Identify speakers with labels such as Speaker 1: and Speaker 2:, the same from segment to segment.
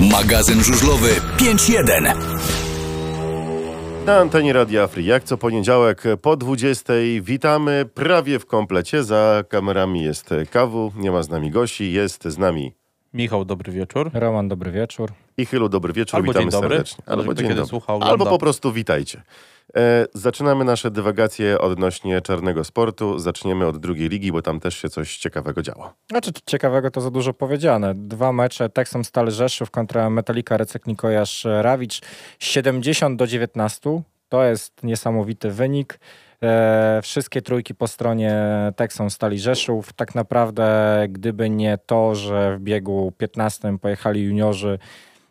Speaker 1: Magazyn żużlowy 5.1.
Speaker 2: Na antenie Radia Afri, jak co poniedziałek po 20. Witamy prawie w komplecie. Za kamerami jest Kawu, nie ma z nami Gosi, jest z nami
Speaker 3: Michał, dobry wieczór.
Speaker 4: Roman, dobry wieczór.
Speaker 2: I chylu, dobry wieczór,
Speaker 3: Albo
Speaker 2: witamy
Speaker 3: dzień dobry,
Speaker 2: serdecznie.
Speaker 3: zależy, kto kiedy słucha, ogląda.
Speaker 2: Albo po prostu witajcie. E, zaczynamy nasze dywagacje odnośnie czarnego sportu. Zaczniemy od drugiej ligi, bo tam też się coś ciekawego działo. No
Speaker 4: Znaczy, ciekawego to za dużo powiedziane. Dwa mecze, Texom Stal Rzeszów kontra Metalika Recek Nikojasz Rawicz. 70 do 19, to jest niesamowity wynik. E, wszystkie trójki po stronie Texom Stali Rzeszów. Tak naprawdę, gdyby nie to, że w biegu 15 pojechali juniorzy,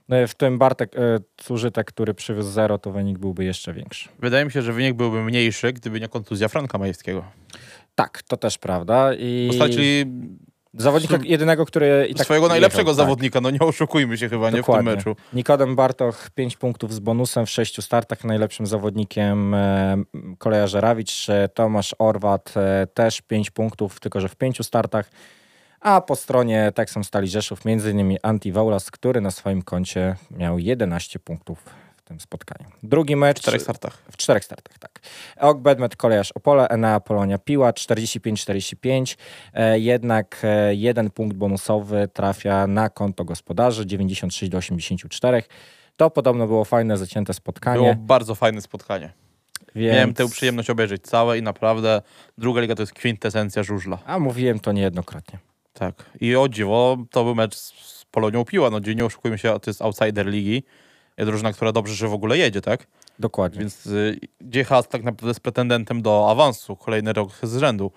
Speaker 4: e, w tym Bartek e, Cużytek, który przywiózł zero, to wynik byłby jeszcze większy.
Speaker 3: Wydaje mi się, że wynik byłby mniejszy, gdyby nie kontuzja Franka Majewskiego.
Speaker 4: Tak, to też prawda. I...
Speaker 3: Postaci
Speaker 4: Zawodnika
Speaker 3: Sum-
Speaker 4: jedynego, który i tak
Speaker 3: swojego
Speaker 4: jechał,
Speaker 3: najlepszego
Speaker 4: tak.
Speaker 3: zawodnika, no nie oszukujmy się chyba, nie w tym meczu.
Speaker 4: Nikodem Bartoch 5 punktów z bonusem w 6 startach. Najlepszym zawodnikiem e, koleja Żerawicz. E, Tomasz Orwat e, też 5 punktów, tylko że w 5 startach. A po stronie Texom Stali Rzeszów m.in. Anti Waulas, który na swoim koncie miał 11 punktów w tym spotkaniu. Drugi mecz
Speaker 3: W czterech startach.
Speaker 4: w czterech startach, tak. EOK Bedmet, Kolejarz Opole, Enea Polonia Piła, 45-45. E, jednak e, jeden punkt bonusowy trafia na konto gospodarzy, 96 do 84. To podobno było fajne, zacięte spotkanie.
Speaker 3: Było bardzo fajne spotkanie.
Speaker 4: więc...
Speaker 3: Miałem tę przyjemność obejrzeć całe i naprawdę druga liga to jest kwintesencja żużla.
Speaker 4: A mówiłem to niejednokrotnie.
Speaker 3: Tak. I o dziwo, to był mecz z z Polonią Piła, no gdzie nie oszukujmy się, to jest outsider ligi. Drużyna, która dobrze, że w ogóle jedzie, tak?
Speaker 4: Dokładnie.
Speaker 3: Więc y, Dziechas tak naprawdę z pretendentem do awansu, kolejny rok z rzędu.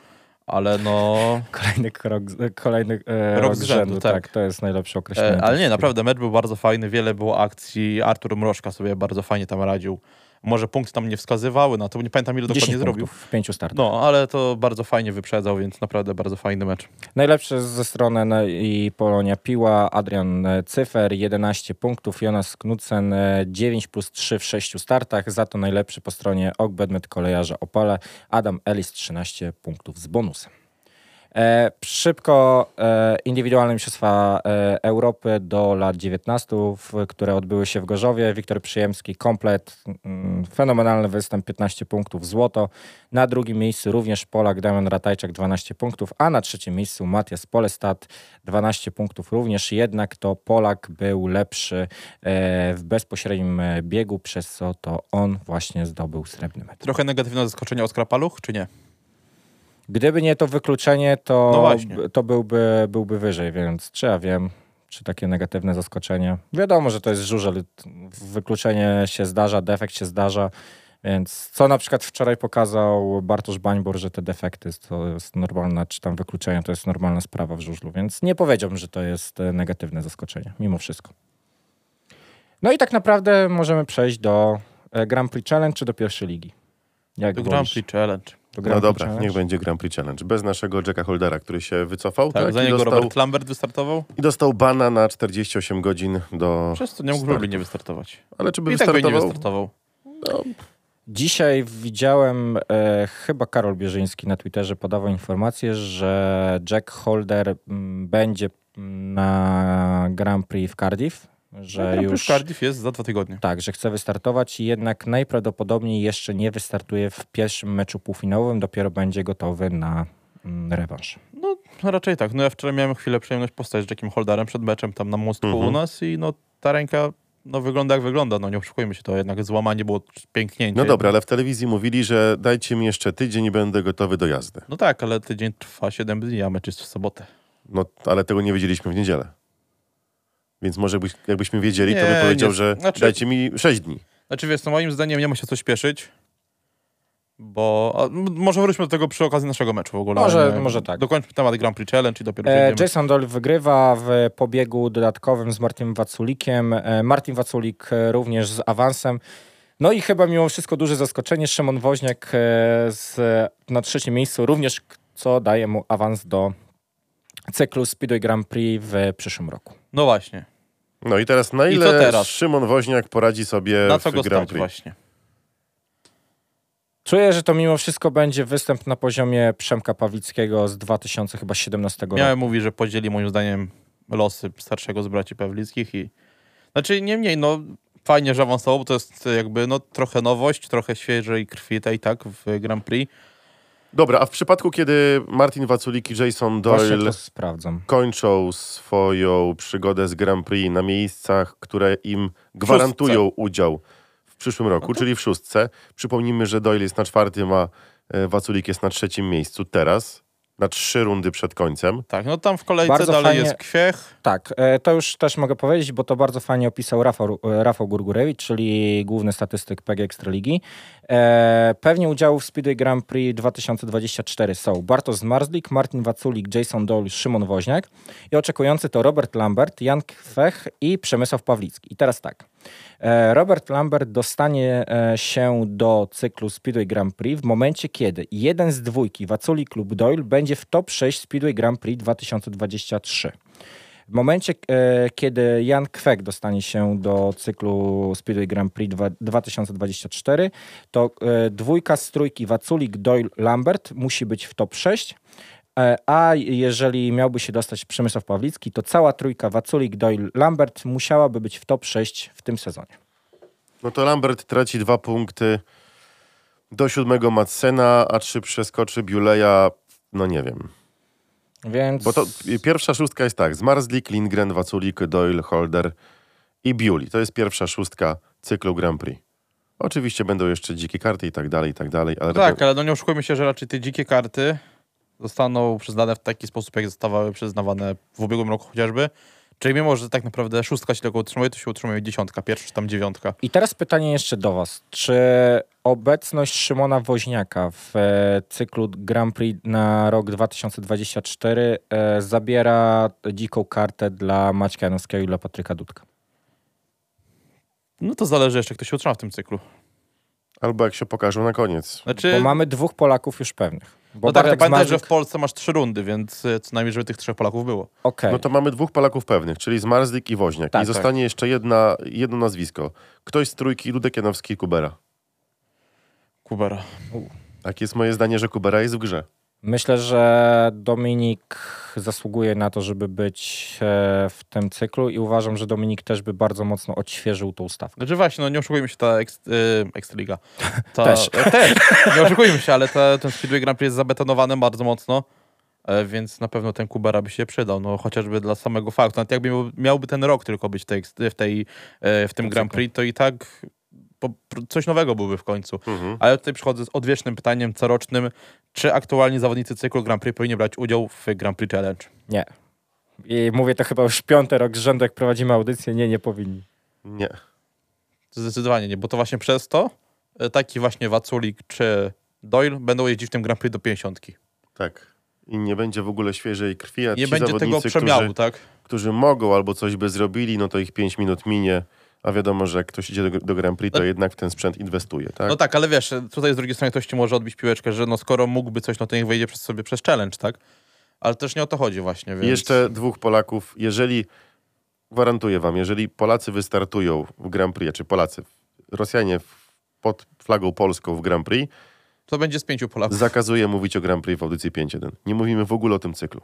Speaker 3: Ale no...
Speaker 4: Kolejny krok, kolejny e,
Speaker 3: Rok
Speaker 4: rok,
Speaker 3: z
Speaker 4: z
Speaker 3: rzędu,
Speaker 4: rzędu, tak.
Speaker 3: tak.
Speaker 4: To jest najlepsze określenie.
Speaker 3: E, ale nie,
Speaker 4: Tego.
Speaker 3: naprawdę mecz był bardzo fajny, wiele było akcji. Artur Mrożka sobie bardzo fajnie tam radził. Może punkty tam nie wskazywały na to, bo nie pamiętam ile
Speaker 4: 10
Speaker 3: dokładnie
Speaker 4: punktów
Speaker 3: zrobił.
Speaker 4: w pięciu startach.
Speaker 3: No, ale to bardzo fajnie wyprzedzał, więc naprawdę bardzo fajny mecz.
Speaker 4: Najlepszy ze strony no, i Polonia Piła, Adrian e, Cyfer 11 punktów, Jonas Knudsen e, 9 plus 3 w 6 startach, za to najlepszy po stronie Ogbedmet Kolejarza Opole, Adam Ellis 13 punktów z bonusem. E, szybko e, indywidualne mistrzostwa e, Europy do lat 19, w, które odbyły się w Gorzowie. Wiktor Przyjemski, komplet, mm, fenomenalny występ, 15 punktów, złoto. Na drugim miejscu również Polak Damian Ratajczak, 12 punktów, a na trzecim miejscu Matias Polestat, 12 punktów również. Jednak to Polak był lepszy e, w bezpośrednim e, biegu, przez co to on właśnie zdobył srebrny medal.
Speaker 3: Trochę negatywne zaskoczenie Oskar Paluch, czy nie?
Speaker 4: Gdyby nie to wykluczenie, to,
Speaker 3: No właśnie.
Speaker 4: to byłby, byłby wyżej, więc czy ja wiem, czy takie negatywne zaskoczenie. Wiadomo, że to jest żużel. Wykluczenie się zdarza, defekt się zdarza, więc co na przykład wczoraj pokazał Bartosz Bańbor, że te defekty to jest normalna, czy tam wykluczenia to jest normalna sprawa w żużlu, więc nie powiedziałbym, że to jest e, negatywne zaskoczenie, mimo wszystko. No i tak naprawdę możemy przejść do e, Grand Prix Challenge czy do pierwszej ligi? Jak
Speaker 3: To Grand
Speaker 4: wolisz?
Speaker 3: Prix Challenge.
Speaker 4: Do
Speaker 2: No
Speaker 4: Grand Prix
Speaker 2: dobra,
Speaker 4: Challenge?
Speaker 2: niech będzie Grand Prix Challenge. Bez naszego Jacka Holdera, który się wycofał
Speaker 3: Tak,
Speaker 2: tak,
Speaker 3: za
Speaker 2: i,
Speaker 3: niego
Speaker 2: dostał,
Speaker 3: Robert Lambert wystartował?
Speaker 2: i dostał bana na 48 godzin do...
Speaker 3: Przez to nie mógł
Speaker 2: Start.
Speaker 3: Lublin nie wystartować.
Speaker 2: Ale czy by
Speaker 3: I tak by nie
Speaker 2: wystartował? No,
Speaker 3: wystartował.
Speaker 4: Dzisiaj widziałem, e, chyba Karol Bierzyński na Twitterze podawał informację, że Jack Holder m, będzie m, na Grand Prix w Cardiff, że
Speaker 3: Grand Prix
Speaker 4: już
Speaker 3: Cardiff jest za dwa tygodnie.
Speaker 4: tak, że chce wystartować i jednak najprawdopodobniej jeszcze nie wystartuje w pierwszym meczu półfinałowym, dopiero będzie gotowy na mm, rewanż.
Speaker 3: No, raczej tak. No ja wczoraj miałem chwilę przyjemność postać z Jackiem Holderem przed meczem tam na mostku
Speaker 2: Mhm.
Speaker 3: u nas i no ta ręka no wygląda jak wygląda, no nie oszukujmy się, to jednak złamanie było pięknięcie.
Speaker 2: No dobra, ale w telewizji mówili, że dajcie mi jeszcze tydzień i będę gotowy do jazdy.
Speaker 3: No tak, ale tydzień trwa 7 dni, a mecz jest w sobotę.
Speaker 2: No, ale tego nie wiedzieliśmy w niedzielę. Więc może byś, jakbyśmy wiedzieli, to bym
Speaker 3: Nie,
Speaker 2: powiedział,
Speaker 3: nie.
Speaker 2: że
Speaker 3: Znaczy-
Speaker 2: dajcie mi 6 dni.
Speaker 3: Znaczy wiesz, no moim zdaniem nie ma się co śpieszyć, bo a, m- może wróćmy do tego przy okazji naszego meczu w ogóle.
Speaker 4: Może-
Speaker 3: ale
Speaker 4: może tak.
Speaker 3: Dokończmy temat Grand Prix Challenge i dopiero
Speaker 4: E,
Speaker 3: przejdziemy.
Speaker 4: Jason Doll wygrywa w pobiegu dodatkowym z Martinem Waculikiem. E, Martin Waculik e, również z awansem. No i chyba mimo wszystko duże zaskoczenie Szymon Woźniak e, z, na trzecim miejscu również, k- co daje mu awans do cyklu Speedway Grand Prix w przyszłym roku.
Speaker 3: No właśnie,
Speaker 2: No i teraz na
Speaker 3: I
Speaker 2: ile
Speaker 3: co teraz?
Speaker 2: Szymon Woźniak poradzi sobie
Speaker 3: na co
Speaker 2: w
Speaker 3: go
Speaker 2: E, Grand
Speaker 3: stać
Speaker 2: Prix?
Speaker 3: właśnie.
Speaker 4: Czuję, że to mimo wszystko będzie występ na poziomie Przemka Pawlickiego z 2017 roku.
Speaker 3: Miałem mówi, że podzieli moim zdaniem losy starszego z braci Pawlickich i Znaczy, niemniej, no fajnie, że awansował, bo to jest e, jakby no, trochę nowość, trochę świeżej krwi tej tak w Grand Prix.
Speaker 2: Dobra, a w przypadku, kiedy Martin Waculik i Jason
Speaker 4: Właśnie to
Speaker 2: Doyle
Speaker 4: sprawdzam.
Speaker 2: kończą swoją przygodę z Grand Prix na miejscach, które im gwarantują udział w przyszłym roku, czyli w szóstce. Przypomnijmy, że Doyle jest na czwartym, a e, Waculik jest na trzecim miejscu teraz, na trzy rundy przed końcem.
Speaker 3: Tak, no tam w kolejce
Speaker 4: Bardzo
Speaker 3: dalej
Speaker 4: fajnie-
Speaker 3: jest Kwiech.
Speaker 4: Tak, e, to już też mogę powiedzieć, bo to bardzo fajnie opisał Rafał, e, Rafał Gurgurewicz, czyli główny statystyk PG Ekstraligi. E, Pewnie udziału w Speedway Grand Prix 2024 są Bartosz Zmarzlik, Martin Waculik, Jason Dole, Szymon Woźniak i oczekujący to Robert Lambert, Jan Kwech i Przemysław Pawlicki. I teraz tak. E, Robert Lambert dostanie e, się do cyklu Speedway Grand Prix w momencie, kiedy jeden z dwójki, Waculik lub Doyle, będzie w top 6 Speedway Grand Prix 2023. W momencie, e, kiedy Jan Kwek dostanie się do cyklu Speedway Grand Prix dwa- 2024, to e, dwójka z trójki Waculik, Doyle, Lambert musi być w top 6. e, A jeżeli miałby się dostać Przemysław Pawlicki, to cała trójka Waculik, Doyle, Lambert musiałaby być w top 6 w tym sezonie.
Speaker 2: No to Lambert traci dwa punkty do siódmego Madsena, a trzy przeskoczy Buleja, no nie wiem.
Speaker 4: Więc
Speaker 2: Bo to i pierwsza szóstka jest tak, Zmarzlik, Lindgren, Waculik, Doyle, Holder i Biuli. To jest pierwsza szóstka cyklu Grand Prix. Oczywiście będą jeszcze dzikie karty i tak dalej, i tak dalej, ale
Speaker 3: Tak, ale no nie oszukujmy się, że raczej te dzikie karty zostaną przyznane w taki sposób, jak zostawały przyznawane w ubiegłym roku chociażby. Czyli mimo, że tak naprawdę szóstka się tylko utrzymuje, to się utrzymuje dziesiątka, pierwsza czy tam dziewiątka.
Speaker 4: I teraz pytanie jeszcze do Was. Czy obecność Szymona Woźniaka w e, cyklu Grand Prix na rok 2024 e, zabiera dziką kartę dla Maćka Janowskiego i dla Patryka Dudka?
Speaker 3: No to zależy jeszcze, kto się utrzyma w tym cyklu.
Speaker 2: Albo jak się pokażą na koniec.
Speaker 3: Znaczy,
Speaker 4: Bo mamy dwóch Polaków już pewnych. Bo
Speaker 3: no tak, ale
Speaker 4: Bartek
Speaker 3: pamiętaj, że
Speaker 4: Zmarzyk-
Speaker 3: w Polsce masz trzy rundy, więc e, co najmniej, żeby tych trzech Polaków było.
Speaker 4: Okej.
Speaker 2: No to mamy dwóch Polaków pewnych, czyli Zmarzlik i Woźniak.
Speaker 4: Tak,
Speaker 2: I zostanie jeszcze jedna, jedno nazwisko. Ktoś z trójki, Dudek Janowski i Kubera.
Speaker 3: Kubera.
Speaker 2: Tak jest moje zdanie, że Kubera jest w grze.
Speaker 4: Myślę, że Dominik zasługuje na to, żeby być e, w tym cyklu i uważam, że Dominik też by bardzo mocno odświeżył tą stawkę.
Speaker 3: Znaczy właśnie, no nie oszukujmy się, ta ekst, y, Ekstraliga. Ta,
Speaker 4: Też.
Speaker 3: e, też. Nie oszukujmy się, ale ta, ten Speedway Grand Prix jest zabetonowany bardzo mocno, e, więc na pewno ten Kubera by się przydał, no chociażby dla samego faktu. Nawet jakby miał, miałby ten rok tylko być w tej, ekst- w, tej, e, w tym Grand Prix, to i tak po, pr- coś nowego byłby w końcu.
Speaker 4: Mhm.
Speaker 3: Ale ja tutaj przychodzę z odwiecznym pytaniem corocznym, czy aktualnie zawodnicy cyklu Grand Prix powinni brać udział w Grand Prix Challenge?
Speaker 4: Nie. I mówię to chyba już piąty rok z rzędu, jak prowadzimy audycję. Nie, nie powinni.
Speaker 2: Nie.
Speaker 3: Zdecydowanie nie, bo to właśnie przez to e, taki właśnie Waculik czy Doyle będą jeździć w tym Grand Prix do 50.
Speaker 2: Tak. I nie będzie w ogóle świeżej krwi, a
Speaker 3: Nie
Speaker 2: ci
Speaker 3: będzie tego
Speaker 2: zawodnicy,
Speaker 3: przemiału,
Speaker 2: którzy,
Speaker 3: tak?
Speaker 2: którzy mogą albo coś by zrobili, no to ich 5 minut minie, a wiadomo, że jak ktoś idzie do, do Grand Prix, to jednak w ten sprzęt inwestuje, tak?
Speaker 3: No tak, ale wiesz, tutaj z drugiej strony ktoś ci może odbić piłeczkę, że no skoro mógłby coś, no to niech wejdzie przez sobie przez challenge, tak? Ale też nie o to chodzi właśnie, więc...
Speaker 2: I Jeszcze dwóch Polaków, jeżeli, gwarantuję wam, jeżeli Polacy wystartują w Grand Prix, czy Polacy, Rosjanie w- pod flagą polską w Grand Prix,
Speaker 3: To będzie z pięciu Polaków.
Speaker 2: zakazuję mówić o Grand Prix w audycji 5.1. Nie mówimy w ogóle o tym cyklu.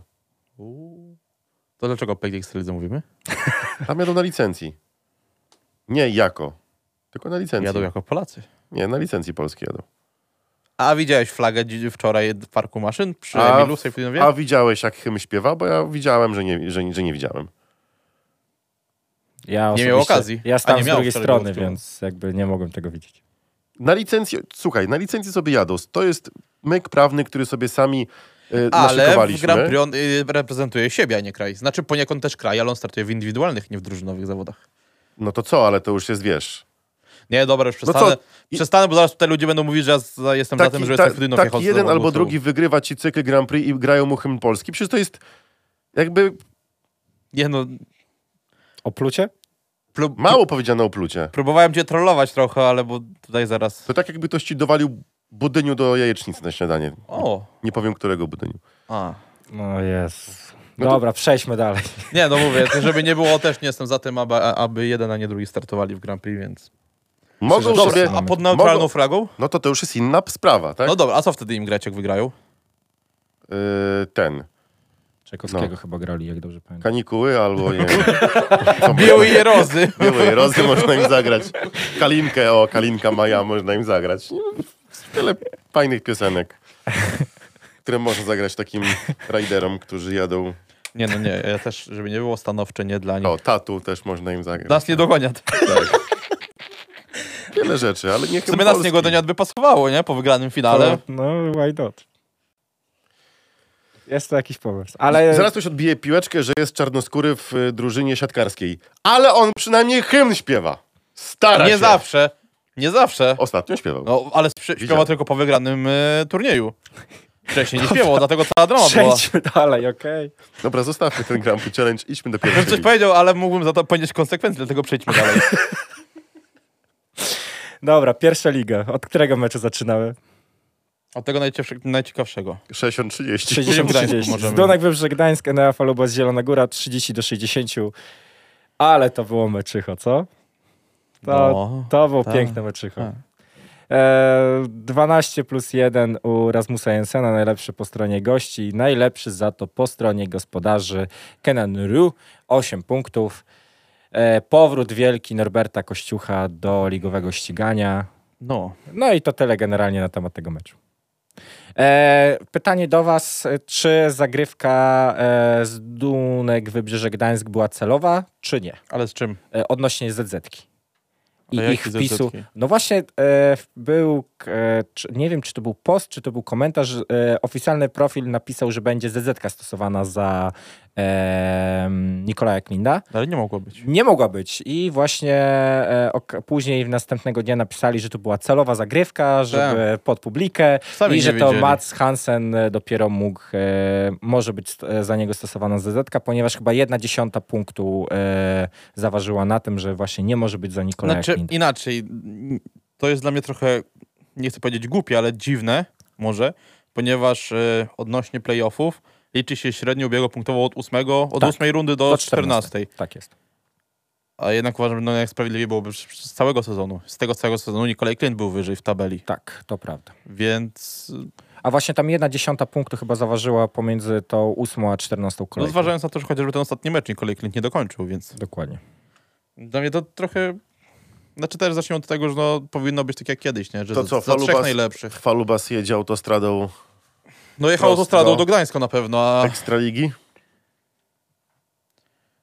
Speaker 3: To dlaczego o PG Ekstralidze mówimy?
Speaker 2: Tam jadą na licencji. Nie jako, tylko na licencji.
Speaker 3: Jadą jako Polacy.
Speaker 2: Nie, na licencji polskiej jadą.
Speaker 3: A widziałeś flagę dzi- wczoraj w parku maszyn przy
Speaker 2: A-
Speaker 3: Emilu Sejfinowie?
Speaker 2: A widziałeś, jak hymn śpiewa? Bo ja widziałem, że nie, że, że nie widziałem.
Speaker 4: Ja
Speaker 3: Nie
Speaker 4: osobiście-
Speaker 3: miał okazji.
Speaker 4: Ja
Speaker 3: A nie
Speaker 4: stałem z
Speaker 3: miał
Speaker 4: drugiej
Speaker 3: wczoraj
Speaker 4: strony,
Speaker 3: dodatkowo.
Speaker 4: więc jakby nie mogłem tego widzieć.
Speaker 2: Na licencji, słuchaj, na licencji sobie jadą. To jest myk prawny, który sobie sami e,
Speaker 3: Ale w
Speaker 2: naszykowaliśmy.
Speaker 3: Grand Prix on y, reprezentuje siebie, a nie kraj. Znaczy poniekąd też kraj, ale on startuje w indywidualnych, nie w drużynowych zawodach.
Speaker 2: No to co, ale to już jest, wiesz...
Speaker 3: Nie, dobra, już
Speaker 2: No
Speaker 3: przestanę.
Speaker 2: co? I-
Speaker 3: Przestanę, bo zaraz tutaj ludzie będą mówić, że ja za- jestem za tym, że
Speaker 2: ta-
Speaker 3: jestem Frydynow
Speaker 2: taki jeden albo drugi wygrywa ci cykl Grand Prix i grają mu hymn Polski. Przecież to jest jakby
Speaker 3: Nie no,
Speaker 4: O plucie?
Speaker 3: prób-
Speaker 2: mało powiedziane o plucie.
Speaker 3: próbowałem cię trollować trochę, ale bo tutaj zaraz...
Speaker 2: To tak jakby ktoś ci dowalił budyniu do jajecznicy na śniadanie.
Speaker 3: O,
Speaker 2: Nie powiem którego budyniu.
Speaker 3: a.
Speaker 4: No jest.
Speaker 3: No
Speaker 4: Dobra, przejdźmy dalej.
Speaker 3: Nie, no mówię, to żeby nie było, też nie jestem za tym, aby, aby jeden, a nie drugi startowali w Grand Prix, więc...
Speaker 2: Mogą
Speaker 4: Dobra,
Speaker 2: No sobie...
Speaker 3: A pod neutralną
Speaker 2: mogą-
Speaker 3: flagą?
Speaker 2: No to to już jest inna sprawa, tak?
Speaker 3: No dobra, a co wtedy im grać, jak wygrają?
Speaker 2: Yy, E, ten.
Speaker 4: Czekowskiego
Speaker 3: No.
Speaker 4: chyba grali, jak dobrze pamiętam.
Speaker 2: Kanikuły albo nie wiem.
Speaker 3: Biły je rozy.
Speaker 2: Białej Rozy można im zagrać. Kalinkę, o, Kalinka Maja można im zagrać. Nie, Wiele fajnych piosenek, które można zagrać takim rajderom, którzy jadą.
Speaker 3: Nie no nie, ja też, żeby nie było stanowcze nie dla nich.
Speaker 2: O, Tatu też można im zagrać.
Speaker 3: Nas nie dogonią.
Speaker 2: Wiele rzeczy, ale niech
Speaker 3: Tak, W sumie nas nie dogonią by pasowało, nie? Po wygranym finale.
Speaker 4: To- No, why not? Jest to jakiś pomysł. Ale
Speaker 2: Zaraz ktoś odbije piłeczkę, że jest czarnoskóry w y, drużynie siatkarskiej. Ale on przynajmniej hymn śpiewa. Stara
Speaker 3: Nie
Speaker 2: się.
Speaker 3: zawsze. Nie zawsze.
Speaker 2: Ostatnio śpiewał.
Speaker 3: No, ale sprze- śpiewał
Speaker 2: Widziałem.
Speaker 3: tylko po wygranym y, turnieju. Wcześniej nie śpiewał, dlatego cała drama była.
Speaker 4: No tak. przejdźmy dalej, okej?
Speaker 2: Dobra, zostawmy ten Grand Prix Challenge, idźmy do
Speaker 3: Bym coś
Speaker 2: pierwszej.
Speaker 3: powiedział, ale mógłbym za to ponieść konsekwencje, dlatego przejdźmy dalej.
Speaker 4: Dobra, pierwsza liga. Od którego meczu zaczynamy?
Speaker 3: Od tego najciekawsze- najciekawszego.
Speaker 2: 60-30.
Speaker 4: 60-30.
Speaker 3: Gdańsk możemy.
Speaker 4: Z Donek Wybrzeże Gdańsk, Enea Falubas, Zielona Góra, 30 do 60. Ale to było meczycho, co? To,
Speaker 3: No,
Speaker 4: to było
Speaker 3: tak.
Speaker 4: piękne meczycho.
Speaker 3: Tak.
Speaker 4: E, 12 plus 1 u Rasmusa Jensena, najlepszy po stronie gości, najlepszy za to po stronie gospodarzy Kenan Ryu, 8 punktów. E, powrót wielki Norberta Kościucha do ligowego ścigania.
Speaker 3: No.
Speaker 4: No i to tyle generalnie na temat tego meczu. E, pytanie do Was, e, czy zagrywka e, z Dunek Wybrzeże Gdańsk była celowa, czy nie?
Speaker 3: Ale z czym?
Speaker 4: E, odnośnie ZZ-ki. I
Speaker 3: A jakie
Speaker 4: ich wpisu.
Speaker 3: ZZ-ki?
Speaker 4: No właśnie e, był, e, czy, nie wiem czy to był post, czy to był komentarz, e, oficjalny profil napisał, że będzie ZZ-ka stosowana za e, Nikolaja Klinda.
Speaker 3: Ale nie mogło być.
Speaker 4: Nie mogła być. I właśnie e, ok, później w następnego dnia napisali, że to była celowa zagrywka, żeby pod publikę
Speaker 3: Tak. Sami
Speaker 4: i
Speaker 3: nie
Speaker 4: że to
Speaker 3: wiedzieli.
Speaker 4: Mats Hansen e, dopiero mógł, e, może być st- e, za niego stosowana ZZ, ponieważ chyba jedna dziesiąta punktu e, zaważyła na tym, że właśnie nie może być za Nikolaja
Speaker 3: Znaczy,
Speaker 4: znaczy,
Speaker 3: inaczej, to jest dla mnie trochę, nie chcę powiedzieć głupie, ale dziwne może, ponieważ y, odnośnie playoffów liczy się średnio ubiegło punktowo od 8, od
Speaker 4: Tak.
Speaker 3: ósmej rundy do, 14.
Speaker 4: Tak jest.
Speaker 3: A jednak uważam, że no, najsprawiedliwie byłoby z z całego sezonu. Z tego całego sezonu Nikolaj Klint był wyżej w tabeli,
Speaker 4: Tak, to prawda.
Speaker 3: więc y,
Speaker 4: A właśnie tam jedna dziesiąta punktu chyba zaważyła pomiędzy tą ósmą a czternastą
Speaker 3: no,
Speaker 4: kolejką.
Speaker 3: zważając na to, że chociażby ten ostatni mecz Nikolaj Klint nie dokończył, więc
Speaker 4: Dokładnie.
Speaker 3: dla mnie to trochę... Znaczy też zacznijmy od tego, że no, powinno być tak jak kiedyś, nie? że
Speaker 2: To
Speaker 3: za,
Speaker 2: co,
Speaker 3: za trzech
Speaker 2: Falubas,
Speaker 3: najlepszych.
Speaker 2: Falubas jedzie autostradą
Speaker 3: No jechał
Speaker 2: Prosto.
Speaker 3: autostradą do Gdańska na pewno, a...
Speaker 2: Tak. Ekstraligi.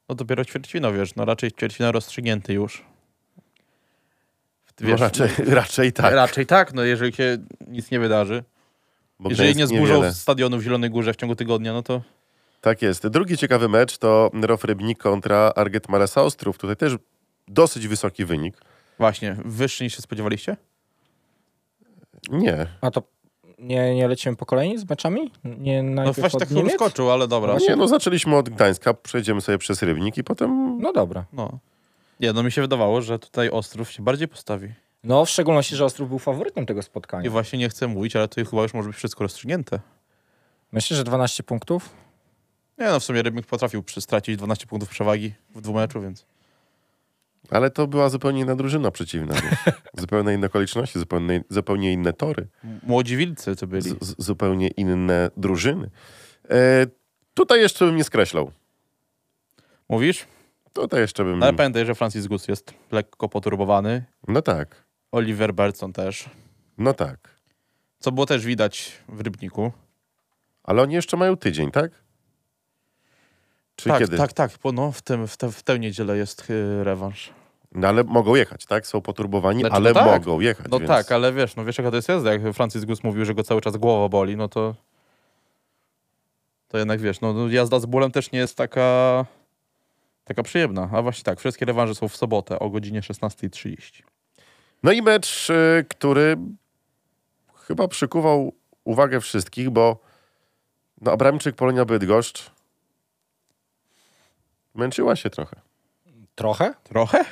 Speaker 3: No dopiero ćwierćwina, wiesz, no raczej ćwierćwina rozstrzygnięty już. W-
Speaker 2: No raczej, raczej tak.
Speaker 3: raczej tak, no jeżeli się nic nie wydarzy.
Speaker 2: Bo
Speaker 3: jeżeli nie
Speaker 2: Gdańsk
Speaker 3: zburzą
Speaker 2: niewiele.
Speaker 3: stadionu w Zielonej Górze w ciągu tygodnia, no to
Speaker 2: Tak jest. Drugi ciekawy mecz to Rof Rybnik kontra Arget Marasa Ostrów. Tutaj też dosyć wysoki wynik.
Speaker 3: właśnie, wyższy niż się spodziewaliście?
Speaker 2: Nie.
Speaker 4: A to nie, nie lecimy po kolei z meczami? Nie
Speaker 3: No
Speaker 4: najpierw
Speaker 3: właśnie
Speaker 4: od
Speaker 3: tak
Speaker 4: Niemiec?
Speaker 3: skoczył, ale dobra.
Speaker 2: Nie, no zaczęliśmy od Gdańska, przejdziemy sobie przez Rybnik i potem...
Speaker 4: No dobra.
Speaker 3: No. Nie, no mi się wydawało, że tutaj Ostrów się bardziej postawi.
Speaker 4: No, w szczególności, że Ostrów był faworytem tego
Speaker 3: I
Speaker 4: spotkania.
Speaker 3: właśnie nie chcę mówić, ale to chyba już może być wszystko rozstrzygnięte.
Speaker 4: Myślę, że 12 punktów.
Speaker 3: Nie no, w sumie Rybnik potrafił przy- stracić 12 punktów przewagi w dwóch meczu, więc...
Speaker 2: Ale to była zupełnie inna drużyna przeciwna. wiesz. zupełnie inne okoliczności, zupełnie, zupełnie inne tory,
Speaker 3: M- Młodzi wilcy to byli.
Speaker 2: z, z, zupełnie inne drużyny. E, tutaj jeszcze bym nie skreślał.
Speaker 3: Mówisz?
Speaker 2: Tutaj jeszcze bym...
Speaker 3: No ale pamiętaj, że Francis Gus jest lekko poturbowany.
Speaker 2: No tak,
Speaker 3: Oliver Bertson też.
Speaker 2: no tak.
Speaker 3: Co było też widać w Rybniku.
Speaker 2: Ale oni jeszcze mają tydzień, tak? Czy
Speaker 3: tak,
Speaker 2: kiedy?
Speaker 3: tak, tak, bo no, w, tym, w, te, w tę niedzielę jest y, rewanż.
Speaker 2: No ale mogą jechać, tak? Są poturbowani,
Speaker 3: Znaczy,
Speaker 2: ale
Speaker 3: no tak.
Speaker 2: mogą jechać.
Speaker 3: No
Speaker 2: więc...
Speaker 3: tak, ale wiesz, no wiesz jaka to jest jazda. Jak Francis Gus mówił, że go cały czas głowa boli, no to to jednak wiesz, no no, jazda z bólem też nie jest taka taka przyjemna. A właśnie tak, wszystkie rewanże są w sobotę o godzinie 16.30.
Speaker 2: No i mecz, y, który chyba przykuwał uwagę wszystkich, bo no, Abramczyk, Polonia, Bydgoszcz męczyła się trochę.
Speaker 4: Trochę?
Speaker 3: Trochę?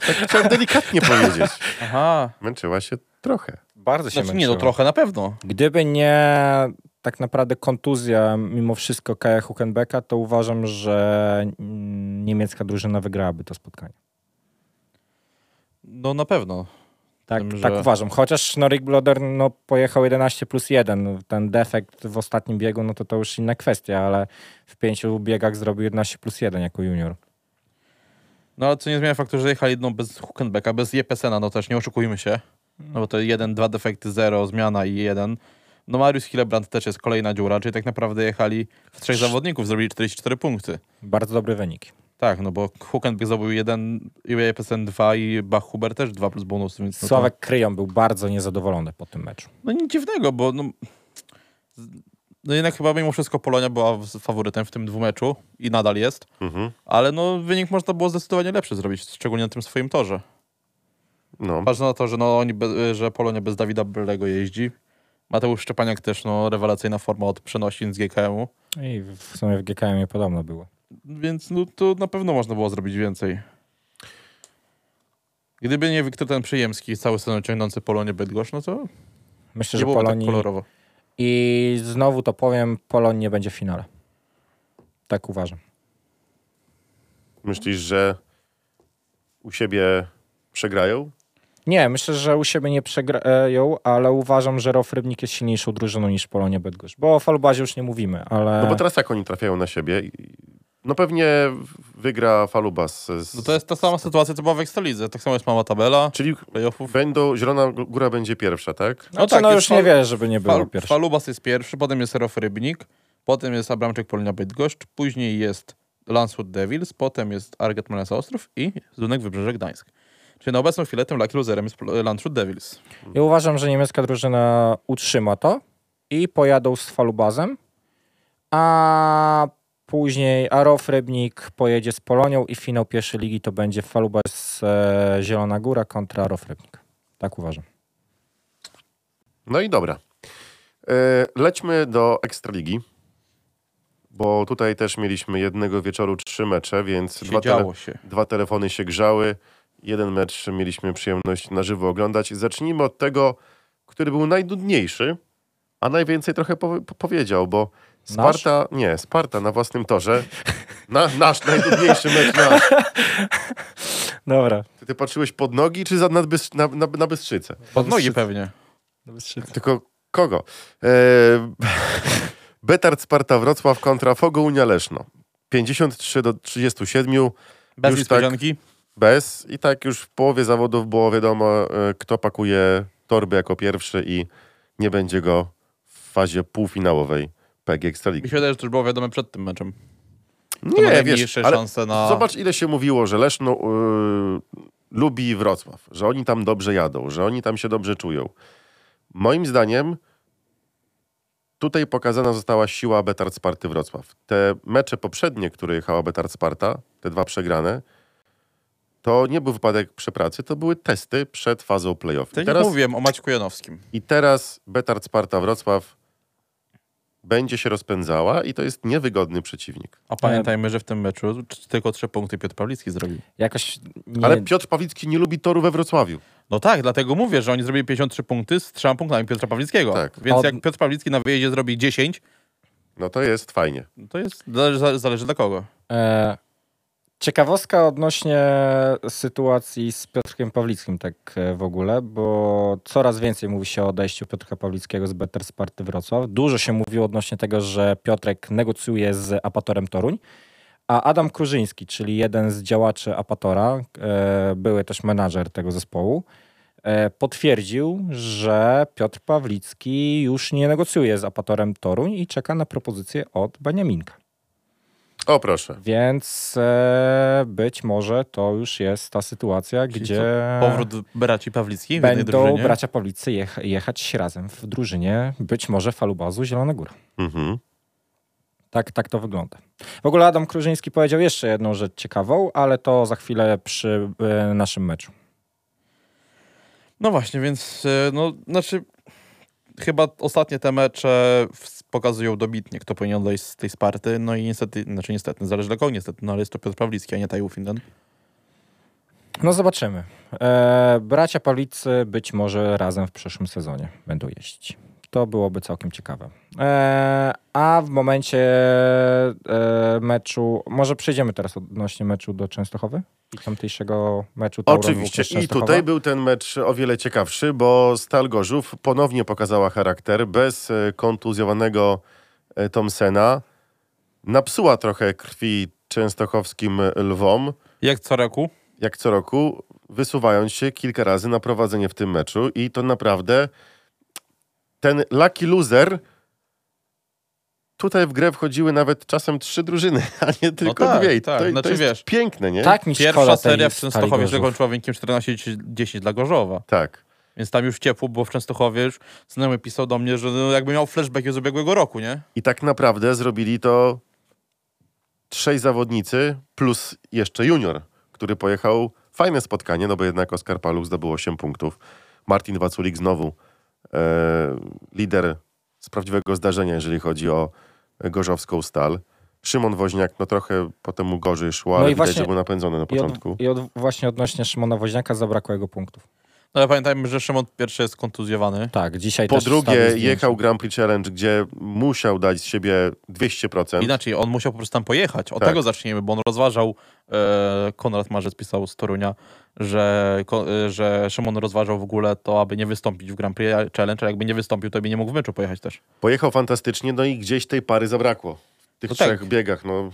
Speaker 2: Chciałem delikatnie powiedzieć.
Speaker 3: Aha.
Speaker 2: Męczyła się trochę.
Speaker 4: Bardzo się
Speaker 3: Znaczy nie,
Speaker 4: męczyło.
Speaker 3: no trochę na pewno.
Speaker 4: Gdyby nie tak naprawdę kontuzja mimo wszystko Kaja Huckenbecka, to uważam, że mm, niemiecka drużyna wygrałaby to spotkanie.
Speaker 3: No na pewno.
Speaker 4: Tak,
Speaker 3: Tym,
Speaker 4: tak
Speaker 3: że-
Speaker 4: uważam. Chociaż no, Rick Bloder no, pojechał 11 plus 1. Ten defekt w ostatnim biegu, no to to już inna kwestia, ale w pięciu biegach zrobił 11 plus 1 jako junior.
Speaker 3: No ale co nie zmienia faktu, że jechali jedną bez Huckenbecka, bez Jepesena, no też nie oszukujmy się. No bo to jeden, dwa defekty, zero, zmiana i jeden. No Mariusz Hillebrand też jest kolejna dziura, czyli tak naprawdę jechali w trzech zawodników, zrobili 44 punkty.
Speaker 4: Bardzo dobry wynik.
Speaker 3: Tak, no bo Huckenbeck zdobył jeden, Jepesen dwa i Bach Huber też dwa plus bonus. Więc no, to,
Speaker 4: Sławek Kryją był bardzo niezadowolony po tym meczu.
Speaker 3: no nic dziwnego, bo no, no jednak chyba mimo wszystko Polonia była w- faworytem w tym dwumeczu i nadal jest.
Speaker 2: Mhm.
Speaker 3: Ale no wynik można było zdecydowanie lepszy zrobić, szczególnie na tym swoim torze.
Speaker 2: No.
Speaker 3: Patrz na to, że, no, oni be, że Polonia bez Dawida Brylego jeździ. Mateusz Szczepaniak też, no, rewelacyjna forma od przenosin z GKM-u.
Speaker 4: I w sumie w GKM podobno było.
Speaker 3: Więc no, to na pewno można było zrobić więcej. Gdyby nie Wiktor ten Przyjemski, cały sezon ciągnący Polonię Bydgoszcz, no to
Speaker 4: Myślę,
Speaker 3: nie
Speaker 4: że
Speaker 3: byłoby
Speaker 4: Polonii...
Speaker 3: tak kolorowo.
Speaker 4: I znowu to powiem, Polon nie będzie w finale. Tak uważam.
Speaker 2: Myślisz, że u siebie przegrają?
Speaker 4: Nie, myślę, że u siebie nie przegrają, ale uważam, że Rof Rybnik jest silniejszą drużyną niż Polonia Bydgoszcz. Bo o Falbazie już nie mówimy, ale...
Speaker 2: No bo teraz jak oni trafiają na siebie? I- No pewnie wygra Falubas. Z...
Speaker 3: No to jest ta sama sytuacja, co była w Ekstralidze. Tak samo jest mała tabela
Speaker 2: Czyli
Speaker 3: playoffów.
Speaker 2: będą, Zielona Góra będzie pierwsza, tak?
Speaker 4: No,
Speaker 3: tak,
Speaker 4: no
Speaker 3: jest
Speaker 4: już nie
Speaker 3: Fal-
Speaker 4: wierzę, żeby nie było
Speaker 3: Fal,
Speaker 4: pierwszy.
Speaker 3: Falubas jest pierwszy, potem jest Rof Rybnik, potem jest Abramczyk Polina Bydgoszcz, później jest Lanswood Devils, potem jest Arget Malesa Ostrów i Zdunek Wybrzeże Gdańsk. Czyli na obecną chwilę tym lucky loserem jest Pol- Landshut Devils.
Speaker 4: Ja uważam, że niemiecka drużyna utrzyma to i pojadą z Falubazem, a później Arof Rybnik pojedzie z Polonią i finał pierwszej ligi to będzie Falubaz e, Zielona Góra kontra Arof Rybnik. Tak uważam.
Speaker 2: No i dobra. E, Lećmy do Ekstraligi, bo tutaj też mieliśmy jednego wieczoru trzy mecze, więc dwa, tele
Speaker 3: Siedziało się.
Speaker 2: dwa telefony się grzały. Jeden mecz mieliśmy przyjemność na żywo oglądać. Zacznijmy od tego, który był najnudniejszy, a najwięcej trochę powie- po powiedział, bo Sparta, nie, Sparta na własnym torze, na, nasz najnudniejszy mecz nasz.
Speaker 4: Dobra.
Speaker 2: Ty, ty patrzyłeś pod nogi czy za, na, bys- na, na, na bystrzycę?
Speaker 3: Pod nogi pewnie.
Speaker 2: Tylko kogo? E, Betard Sparta Wrocław kontra Fogounia Leszno. 53 do 37,
Speaker 3: Bez
Speaker 2: Już
Speaker 3: niespodzianki.
Speaker 2: bez. I tak już w połowie zawodów było wiadomo, e, kto pakuje torby jako pierwszy i nie będzie go w fazie półfinałowej PG
Speaker 3: Mi
Speaker 2: Ekstraligi.
Speaker 3: się wydaje, że to już było wiadome przed tym meczem. ma
Speaker 2: Nie, wiesz,
Speaker 3: najmniejsze
Speaker 2: ale
Speaker 3: szanse na-
Speaker 2: zobacz ile się mówiło, że Leszno y, lubi Wrocław, że oni tam dobrze jadą, że oni tam się dobrze czują. Moim zdaniem tutaj pokazana została siła Betard Sparty Wrocław. Te mecze poprzednie, które jechała Betard Sparta, te dwa przegrane, to nie był wypadek przepracy, to były testy przed fazą playoff. I
Speaker 3: Tak
Speaker 2: teraz,
Speaker 3: jak mówiłem o Maćku Janowskim.
Speaker 2: I teraz Betard Sparta Wrocław będzie się rozpędzała i to jest niewygodny przeciwnik.
Speaker 3: A pamiętajmy, że w tym meczu t- tylko trzy punkty Piotr Pawlicki zrobił.
Speaker 4: Jakoś nie...
Speaker 2: Ale Piotr Pawlicki nie lubi toru we Wrocławiu.
Speaker 3: No tak, dlatego mówię, że oni zrobili 53 punkty z trzema punktami Piotra Pawlickiego.
Speaker 2: Tak.
Speaker 3: Więc
Speaker 4: Od-
Speaker 3: jak Piotr Pawlicki na wyjeździe zrobi 10,
Speaker 2: No to jest fajnie.
Speaker 3: to jest zależy, zależy dla kogo.
Speaker 4: E, ciekawostka odnośnie sytuacji z Piotrkiem Pawlickim tak e, w ogóle, bo coraz więcej mówi się o odejściu Piotrka Pawlickiego z Better Sparty Wrocław. Dużo się mówiło odnośnie tego, że Piotrek negocjuje z Apatorem Toruń. A Adam Kurzyński, czyli jeden z działaczy Apatora, e, były też menadżer tego zespołu, e, potwierdził, że Piotr Pawlicki już nie negocjuje z Apatorem Toruń i czeka na propozycję od Beniaminka.
Speaker 2: O proszę.
Speaker 4: Więc e, być może to już jest ta sytuacja, gdzie
Speaker 3: Powrót braci Pawlicki w jednej
Speaker 4: będą
Speaker 3: drużynie.
Speaker 4: bracia Pawlicy jech, jechać razem w drużynie, być może Falubazu Zielona Góra.
Speaker 2: Mhm.
Speaker 4: Tak, tak to wygląda. W ogóle Adam Krzyżyński powiedział jeszcze jedną rzecz ciekawą, ale to za chwilę przy e, naszym meczu.
Speaker 3: No właśnie, więc e, no, znaczy chyba ostatnie te mecze w- pokazują dobitnie, kto powinien odejść z tej Sparty. No i niestety, znaczy niestety, zależy dla kogo niestety, no ale jest to Piotr Pawlicki, a nie Tajufinen.
Speaker 4: No zobaczymy. E, bracia Pawlicy być może razem w przyszłym sezonie będą jeździć. To byłoby całkiem ciekawe. E, a w momencie e, meczu, może przejdziemy teraz odnośnie meczu do Częstochowy i tamtejszego meczu. Tauronu
Speaker 2: Oczywiście.
Speaker 4: przez
Speaker 2: I
Speaker 4: Częstochowa.
Speaker 2: tutaj był ten mecz o wiele ciekawszy, bo Stal Gorzów ponownie pokazała charakter bez e, kontuzjowanego e, Thomsena. Napsuła trochę krwi częstochowskim lwom,
Speaker 3: Jak co roku?
Speaker 2: jak co roku, wysuwając się kilka razy na prowadzenie w tym meczu. I to naprawdę ten lucky loser. Tutaj w grę wchodziły nawet czasem trzy drużyny, a nie tylko
Speaker 3: tak,
Speaker 2: dwie. I
Speaker 3: tak.
Speaker 2: To,
Speaker 3: Znaczy,
Speaker 2: to jest
Speaker 3: wiesz,
Speaker 2: piękne, nie?
Speaker 4: Tak mi
Speaker 3: Pierwsza
Speaker 4: szkoda tej
Speaker 3: seria w
Speaker 4: Stali
Speaker 3: Częstochowie się
Speaker 4: Gorzów.
Speaker 3: zakończyła wynikiem 14-10 dla Gorzowa.
Speaker 2: Tak.
Speaker 3: Więc tam już ciepło było w Częstochowie. Już znajomy pisał do mnie, że no, jakby miał flashback z ubiegłego roku, nie?
Speaker 2: I tak naprawdę zrobili to trzej zawodnicy plus jeszcze junior, który pojechał. Fajne spotkanie, no bo jednak Oskar Paluch zdobył 8 punktów. Martin Waculik znowu e, lider z prawdziwego zdarzenia, jeżeli chodzi o gorzowską stal. Szymon Woźniak, no trochę potem mu gorzej szło, ale
Speaker 4: No i
Speaker 2: widać,
Speaker 4: właśnie-
Speaker 2: że był napędzony na
Speaker 4: I,
Speaker 2: początku.
Speaker 4: od, I od, właśnie odnośnie Szymona Woźniaka zabrakło jego punktów.
Speaker 3: No ale pamiętajmy, że Szymon pierwszy jest kontuzjowany.
Speaker 4: Tak, dzisiaj
Speaker 2: Po
Speaker 4: też wstawił
Speaker 2: drugie
Speaker 4: zdjęcie.
Speaker 2: jechał Grand Prix Challenge, gdzie musiał dać z siebie 200%.
Speaker 3: Inaczej, on musiał po prostu tam pojechać. Od
Speaker 2: Tak.
Speaker 3: tego zaczniemy, bo on rozważał, e, Konrad Marzec pisał z Torunia, że, ko, e, że Szymon rozważał w ogóle to, aby nie wystąpić w Grand Prix Challenge, a jakby nie wystąpił, to by nie mógł w meczu pojechać też.
Speaker 2: Pojechał fantastycznie, no i gdzieś tej pary zabrakło. W tych
Speaker 3: No tak.
Speaker 2: trzech biegach, no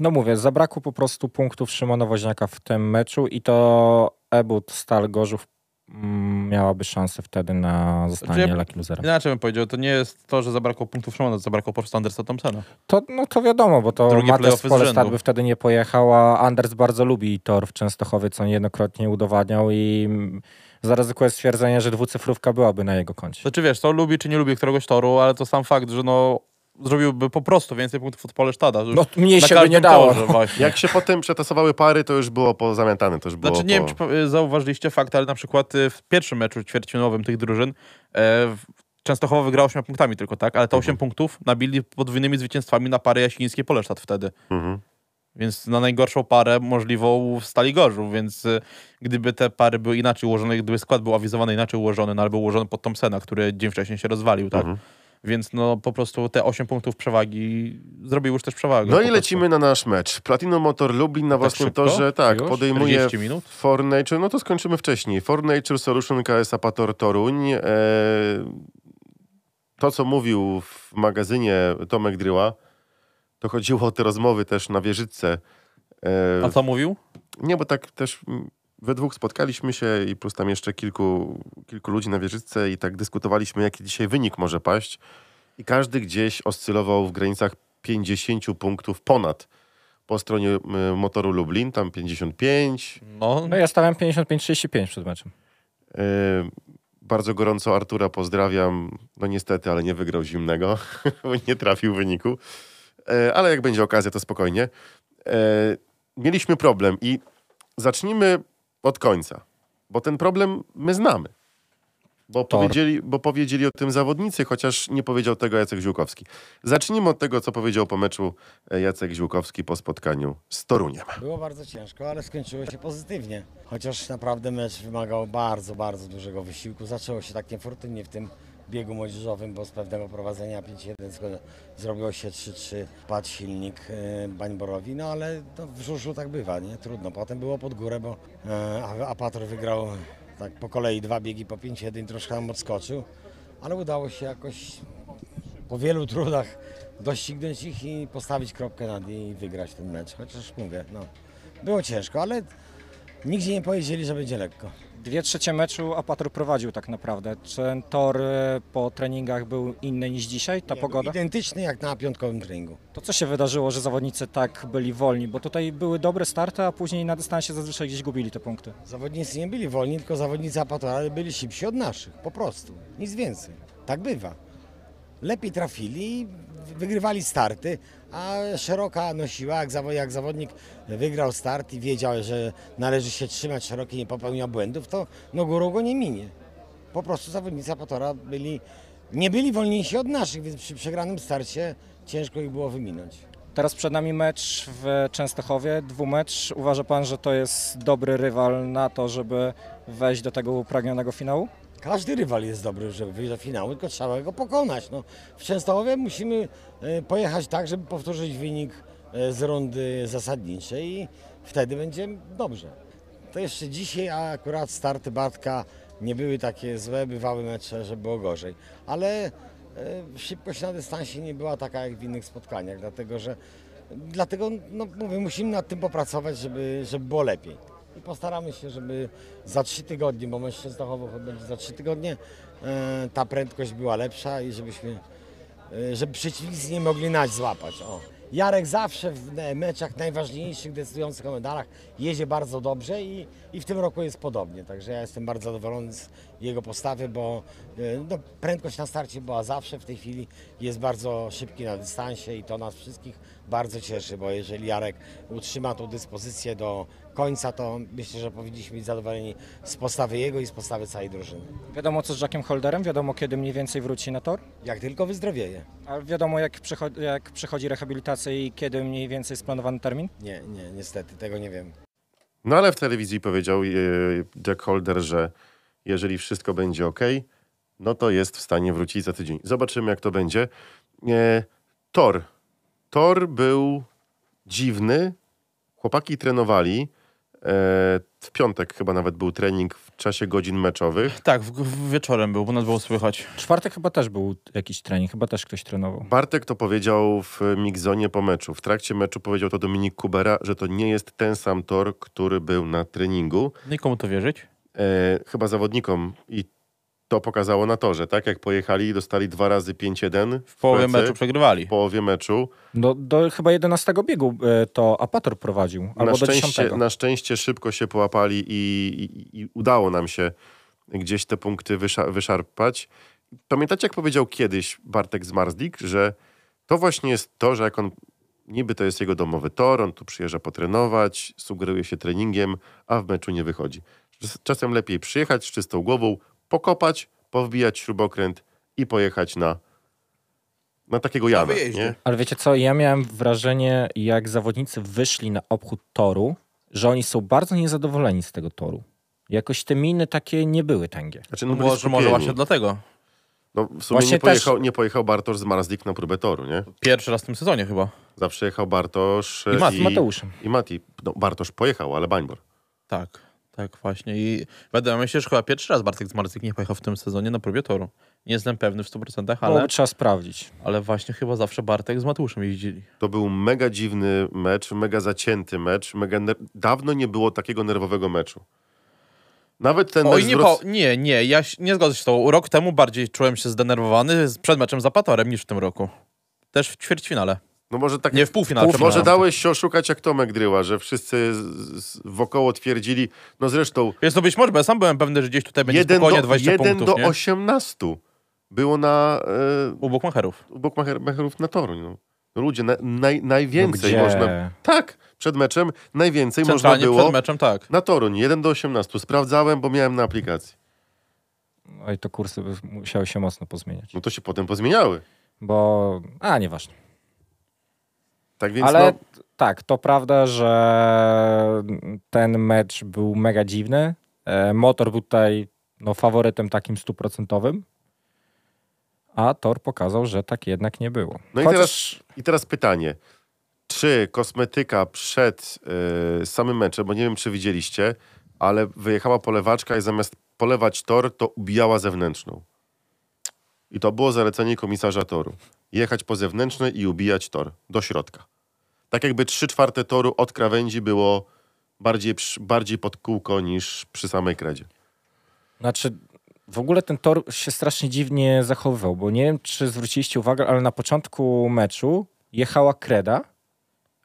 Speaker 4: No mówię, zabrakło po prostu punktów Szymona Woźniaka w tym meczu i to Ebut Stal Gorzów mm, miałaby szansę wtedy na zostanie
Speaker 3: Znaczy ja-
Speaker 4: Lucky Loserem.
Speaker 3: Inaczej bym powiedział, to nie jest to, że zabrakło punktów Szymona, zabrakło po prostu Andersa Thompsona.
Speaker 4: To, no to wiadomo, bo to
Speaker 3: Drugie
Speaker 4: Mates
Speaker 3: playoffy z
Speaker 4: Polestat
Speaker 3: rzędu.
Speaker 4: by wtedy nie pojechał, a Anders bardzo lubi tor w Częstochowie, co niejednokrotnie udowadniał i mm, zaryzykuję stwierdzenie, że dwucyfrówka byłaby na jego koncie.
Speaker 3: Znaczy wiesz, to lubi czy nie lubi któregoś toru, ale to sam fakt, że no zrobiłby po prostu więcej punktów od Polesztada.
Speaker 4: No mniej się by nie dało.
Speaker 3: Właśnie.
Speaker 2: Jak się potem przetasowały pary, to już było pozamiatane. To już było
Speaker 3: Znaczy, nie
Speaker 2: po...
Speaker 3: wiem, czy po- y, zauważyliście fakt, ale na przykład y, w pierwszym meczu ćwierćfinałowym tych drużyn e, w- Częstochowa wygrała 8 punktami tylko, tak? Ale te
Speaker 2: Mhm.
Speaker 3: 8 punktów nabili podwójnymi zwycięstwami na parę jasińskie Polesztat wtedy.
Speaker 2: Mhm.
Speaker 3: Więc na najgorszą parę możliwą w Stali Gorzów, więc y, gdyby te pary były inaczej ułożone, gdyby skład był awizowany inaczej ułożony, no, ale był ułożony pod Thompsona, który dzień wcześniej się rozwalił, tak?
Speaker 2: Mhm.
Speaker 3: Więc no po prostu te 8 punktów przewagi zrobił już też przewagę. po
Speaker 2: No i
Speaker 3: prostu.
Speaker 2: lecimy na nasz mecz. Platinum Motor Lublin na własnym
Speaker 3: szybko?
Speaker 2: torze, tak,
Speaker 3: Już?
Speaker 2: podejmuje
Speaker 3: 40 minut?
Speaker 2: For Nature, no to skończymy wcześniej. For Nature Solution KS Apator Toruń. E, to, co mówił w magazynie Tomek Dryła, to chodziło o te rozmowy też na wieżyczce. E,
Speaker 3: A co mówił?
Speaker 2: Nie, bo tak też mm, we dwóch spotkaliśmy się i plus tam jeszcze kilku, kilku ludzi na wieżyczce i tak dyskutowaliśmy, jaki dzisiaj wynik może paść. I każdy gdzieś oscylował w granicach 50 punktów ponad po stronie y, motoru Lublin, tam 55.
Speaker 3: No,
Speaker 4: No ja stawiam 55-35 przed meczem.
Speaker 2: y, Bardzo gorąco Artura pozdrawiam. No niestety, ale nie wygrał zimnego, bo nie trafił wyniku. E, ale jak będzie okazja, to spokojnie. E, Mieliśmy problem i zacznijmy od końca, bo ten problem my znamy. Bo
Speaker 4: Tor.
Speaker 2: powiedzieli, bo powiedzieli o tym zawodnicy, chociaż nie powiedział tego Jacek Ziółkowski. Zacznijmy od tego, co powiedział po meczu e, Jacek Ziółkowski po spotkaniu z Toruniem.
Speaker 5: Było bardzo ciężko, ale skończyło się pozytywnie. Chociaż naprawdę mecz wymagał bardzo, bardzo dużego wysiłku. Zaczęło się tak niefortunnie w tym biegu młodzieżowym, bo z pewnego prowadzenia 5-1 zgo- zrobiło się 3-3, padł silnik e, Bańborowi, no ale to w żużlu tak bywa, nie? Trudno. Potem było pod górę, bo e, a- Apator wygrał tak po kolei dwa biegi po 5-1, troszkę nam odskoczył, ale udało się jakoś po wielu trudach doścignąć ich i postawić kropkę nad i i wygrać ten mecz. Chociaż mówię, no, było ciężko, ale nigdzie nie powiedzieli, że będzie lekko.
Speaker 4: Dwie trzecie meczu Apator prowadził tak naprawdę. Czy ten tor e, po treningach był inny niż dzisiaj, ta
Speaker 5: Nie, no
Speaker 4: pogoda?
Speaker 5: Identyczny jak na piątkowym treningu.
Speaker 4: To co się wydarzyło, że zawodnicy tak byli wolni? Bo tutaj były dobre starty, a później na dystansie zazwyczaj gdzieś gubili te punkty.
Speaker 5: Zawodnicy nie byli wolni, tylko zawodnicy Apatora byli szybsi od naszych, po prostu. Nic więcej. Tak bywa. Lepiej trafili i wygrywali starty, a szeroka nosiła, jak, zawo- jak zawodnik wygrał start i wiedział, że należy się trzymać szerokiej, nie popełnia błędów, to no górą go nie minie. Po prostu zawodnicy Apatora byli, nie byli wolniejsi od naszych, więc przy przegranym starcie ciężko ich było wyminąć.
Speaker 4: Teraz przed nami mecz w Częstochowie, dwumecz. Uważa pan, że to jest dobry rywal na to, żeby wejść do tego upragnionego finału?
Speaker 5: Każdy rywal jest dobry, żeby wyjść do finału, tylko trzeba go pokonać. No, w Częstochowie musimy e, pojechać tak, żeby powtórzyć wynik e, z rundy zasadniczej i wtedy będzie dobrze. To jeszcze dzisiaj a akurat starty Bartka nie były takie złe, bywały mecze, że było gorzej. Ale e, szybkość na dystansie nie była taka jak w innych spotkaniach, dlatego że dlatego no, mówię, musimy nad tym popracować, żeby, żeby było lepiej. I postaramy się, żeby za trzy tygodnie, bo mecz Częstochowy odbędzie za trzy tygodnie, e, ta prędkość była lepsza i żebyśmy, e, żeby przeciwnicy nie mogli nas złapać. O. Jarek zawsze w e, meczach najważniejszych, decydujących o medalach jedzie bardzo dobrze i, i w tym roku jest podobnie. Także ja jestem bardzo zadowolony z jego postawy, bo e, no, prędkość na starcie była zawsze, w tej chwili jest bardzo szybki na dystansie i to nas wszystkich bardzo cieszy, bo jeżeli Jarek utrzyma tą dyspozycję do końca, to myślę, że powinniśmy być zadowoleni z postawy jego i z postawy całej drużyny.
Speaker 4: Wiadomo co z Jackiem Holderem, wiadomo kiedy mniej więcej wróci na tor,
Speaker 5: Jak tylko wyzdrowieje.
Speaker 4: a wiadomo jak, przycho- jak przychodzi rehabilitacja i kiedy mniej więcej jest planowany termin?
Speaker 5: Nie, nie, niestety, tego nie wiem.
Speaker 2: No ale w telewizji powiedział e, Jack Holder, że jeżeli wszystko będzie ok, no to jest w stanie wrócić za tydzień. Zobaczymy, jak to będzie. E, Tor. Tor był dziwny. Chłopaki trenowali. E, w piątek chyba nawet był trening w czasie godzin meczowych.
Speaker 3: Tak, w, w wieczorem był, bo nas było słychać.
Speaker 4: W czwartek chyba też był jakiś trening, chyba też ktoś trenował.
Speaker 2: Bartek to powiedział w Migzonie po meczu. W trakcie meczu powiedział to Dominik Kubera, że to nie jest ten sam tor, który był na treningu.
Speaker 3: Nikomu to wierzyć?
Speaker 2: e, chyba zawodnikom i to pokazało na torze, tak? Jak pojechali, dostali dwa razy 5-1
Speaker 3: W połowie
Speaker 2: plecy,
Speaker 3: meczu przegrywali.
Speaker 2: w połowie meczu.
Speaker 4: Do, do chyba 11 biegu e, to Apator prowadził, albo
Speaker 2: Na
Speaker 4: do
Speaker 2: szczęście,
Speaker 4: 10.
Speaker 2: na szczęście szybko się połapali i, i, i udało nam się gdzieś te punkty wysza, wyszarpać. Pamiętacie, jak powiedział kiedyś Bartek Zmarzlik, że to właśnie jest to, że jak on niby to jest jego domowy tor, on tu przyjeżdża potrenować, sugeruje się treningiem, a w meczu nie wychodzi. Czas- Czasem lepiej przyjechać z czystą głową, pokopać, powbijać śrubokręt i pojechać na, na takiego Jana.
Speaker 3: wyjeździe.
Speaker 2: nie?
Speaker 4: Ale wiecie co, ja miałem wrażenie, jak zawodnicy wyszli na obchód toru, że oni są bardzo niezadowoleni z tego toru. Jakoś te miny takie nie były tęgie.
Speaker 2: Znaczy,
Speaker 3: No
Speaker 2: byli
Speaker 3: może,
Speaker 2: skupieni.
Speaker 3: może właśnie dlatego.
Speaker 2: No, w sumie
Speaker 4: Właśnie
Speaker 2: nie
Speaker 4: też-
Speaker 2: pojechał, nie pojechał Bartosz z Marzlik na próbę toru, nie?
Speaker 3: Pierwszy raz w tym sezonie chyba.
Speaker 2: Zawsze jechał Bartosz e,
Speaker 4: I Mat- Mateuszem.
Speaker 2: I Mati. No, Bartosz pojechał, ale Bańbor.
Speaker 3: Tak, tak właśnie. I będę myślę, że chyba pierwszy raz Bartek Zmarcyk nie pojechał w tym sezonie na próbie toru. Nie jestem pewny w 100%, ale,
Speaker 4: Byłoby trzeba sprawdzić.
Speaker 3: ale właśnie chyba zawsze Bartek z Mateuszem jeździli.
Speaker 2: To był mega dziwny mecz, mega zacięty mecz. Mega ner- Dawno nie było takiego nerwowego meczu. Nawet ten
Speaker 3: Oj,
Speaker 2: mecz
Speaker 3: nie,
Speaker 2: z Wroc-
Speaker 3: po, nie, nie, ja się- nie zgodzę się z tą. Rok temu bardziej czułem się zdenerwowany z- przed meczem z Apatorem niż w tym roku. Też w ćwierćfinale.
Speaker 2: No może tak...
Speaker 3: Nie, w półfinale,
Speaker 2: Może
Speaker 3: przepraszam.
Speaker 2: dałeś się oszukać jak Tomek Dryła, że wszyscy z, z, wokoło twierdzili... No zresztą
Speaker 3: Jest to być może, bo ja sam byłem pewny, że gdzieś tutaj będzie
Speaker 2: 1
Speaker 3: spokojnie
Speaker 2: do,
Speaker 3: 20
Speaker 2: jeden
Speaker 3: punktów,
Speaker 2: do
Speaker 3: nie?
Speaker 2: 18 było na... E,
Speaker 3: U Bukmacherów.
Speaker 2: u Bukmacherów na Toruniu. No. Ludzie, na, naj, najwięcej
Speaker 4: No gdzie?
Speaker 2: można... Tak, przed meczem najwięcej można
Speaker 3: Centralnie
Speaker 2: było...
Speaker 3: przed meczem, tak.
Speaker 2: Na Toruń, 1 do 18. Sprawdzałem, bo miałem na aplikacji.
Speaker 4: No i to kursy by musiały się mocno pozmieniać.
Speaker 2: No to się potem pozmieniały.
Speaker 4: Bo, a nieważne.
Speaker 2: Tak więc
Speaker 4: Ale
Speaker 2: no,
Speaker 4: tak, to prawda, że ten mecz był mega dziwny. E, Motor był tutaj no, faworytem takim stuprocentowym. A Tor pokazał, że tak jednak nie było.
Speaker 2: no i,
Speaker 4: Chociaż-
Speaker 2: teraz, i teraz pytanie. Czy kosmetyka przed e, samym meczem, bo nie wiem, czy widzieliście, ale wyjechała polewaczka i zamiast polewać tor, to ubijała zewnętrzną. I to było zalecenie komisarza toru. Jechać po zewnętrznej i ubijać tor do środka. Tak jakby trzy czwarte toru od krawędzi było bardziej, przy- bardziej pod kółko niż przy samej kredzie.
Speaker 4: Znaczy, w ogóle ten tor się strasznie dziwnie zachowywał, bo nie wiem, czy zwróciliście uwagę, ale na początku meczu jechała kreda,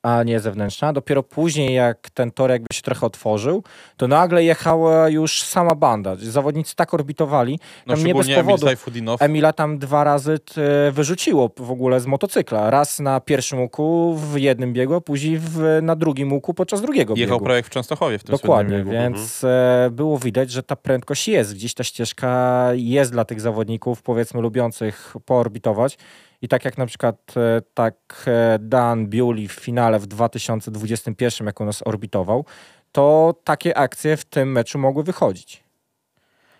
Speaker 4: a nie zewnętrzna. Dopiero później, jak ten tor jakby się trochę otworzył, to nagle jechała już sama banda. Zawodnicy tak orbitowali,
Speaker 3: No
Speaker 4: tam nie bez
Speaker 3: szczególnie Emil
Speaker 4: powodu.
Speaker 3: Sajfudinow.
Speaker 4: Emila tam dwa razy t, wyrzuciło w ogóle z motocykla. Raz na pierwszym łuku w jednym biegu, a później w, na drugim łuku podczas drugiego
Speaker 3: Jechał
Speaker 4: biegu.
Speaker 3: prawie jak w Częstochowie w tym
Speaker 4: Dokładnie,
Speaker 3: słynnym biegu.
Speaker 4: więc e, było widać, że ta prędkość jest. Gdzieś ta ścieżka jest dla tych zawodników, powiedzmy, lubiących poorbitować. I tak jak na przykład e, tak e, Dan Bewley w finale w 2021, jak u nas orbitował, to takie akcje w tym meczu mogły wychodzić.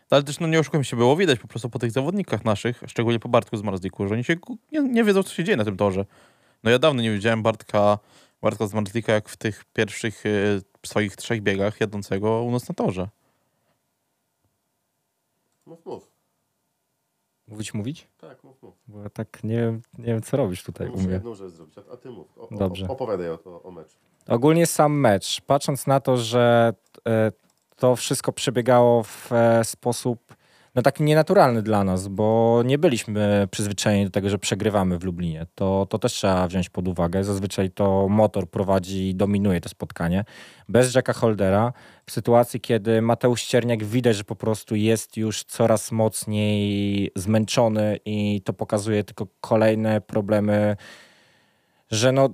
Speaker 3: Ale też no nie oszukujmy się, było widać po prostu po tych zawodnikach naszych, szczególnie po Bartku z Marzliku, że oni się ku- nie, nie wiedzą, co się dzieje na tym torze. No ja dawno nie widziałem Bartka, Bartka z Marzlika jak w tych pierwszych y, swoich trzech biegach jadącego u nas na torze.
Speaker 2: Mów, mów.
Speaker 4: Mówić, mówić?
Speaker 2: Tak, mów, mów.
Speaker 4: Bo ja tak nie wiem, nie wiem co robisz tutaj u
Speaker 2: Muszę
Speaker 4: mnie.
Speaker 2: jedną rzecz zrobić, a, a ty mów. O,
Speaker 4: Tak, Dobrze.
Speaker 2: O, opowiadaj o, o, o meczu.
Speaker 4: Ogólnie sam mecz, patrząc na to, że e, to wszystko przebiegało w e, sposób no taki nienaturalny dla nas, bo nie byliśmy przyzwyczajeni do tego, że przegrywamy w Lublinie. To, to też trzeba wziąć pod uwagę. Zazwyczaj to motor prowadzi i dominuje to spotkanie. Bez Jacka Holdera, w sytuacji, kiedy Mateusz Cierniak widać, że po prostu jest już coraz mocniej zmęczony i to pokazuje tylko kolejne problemy, że no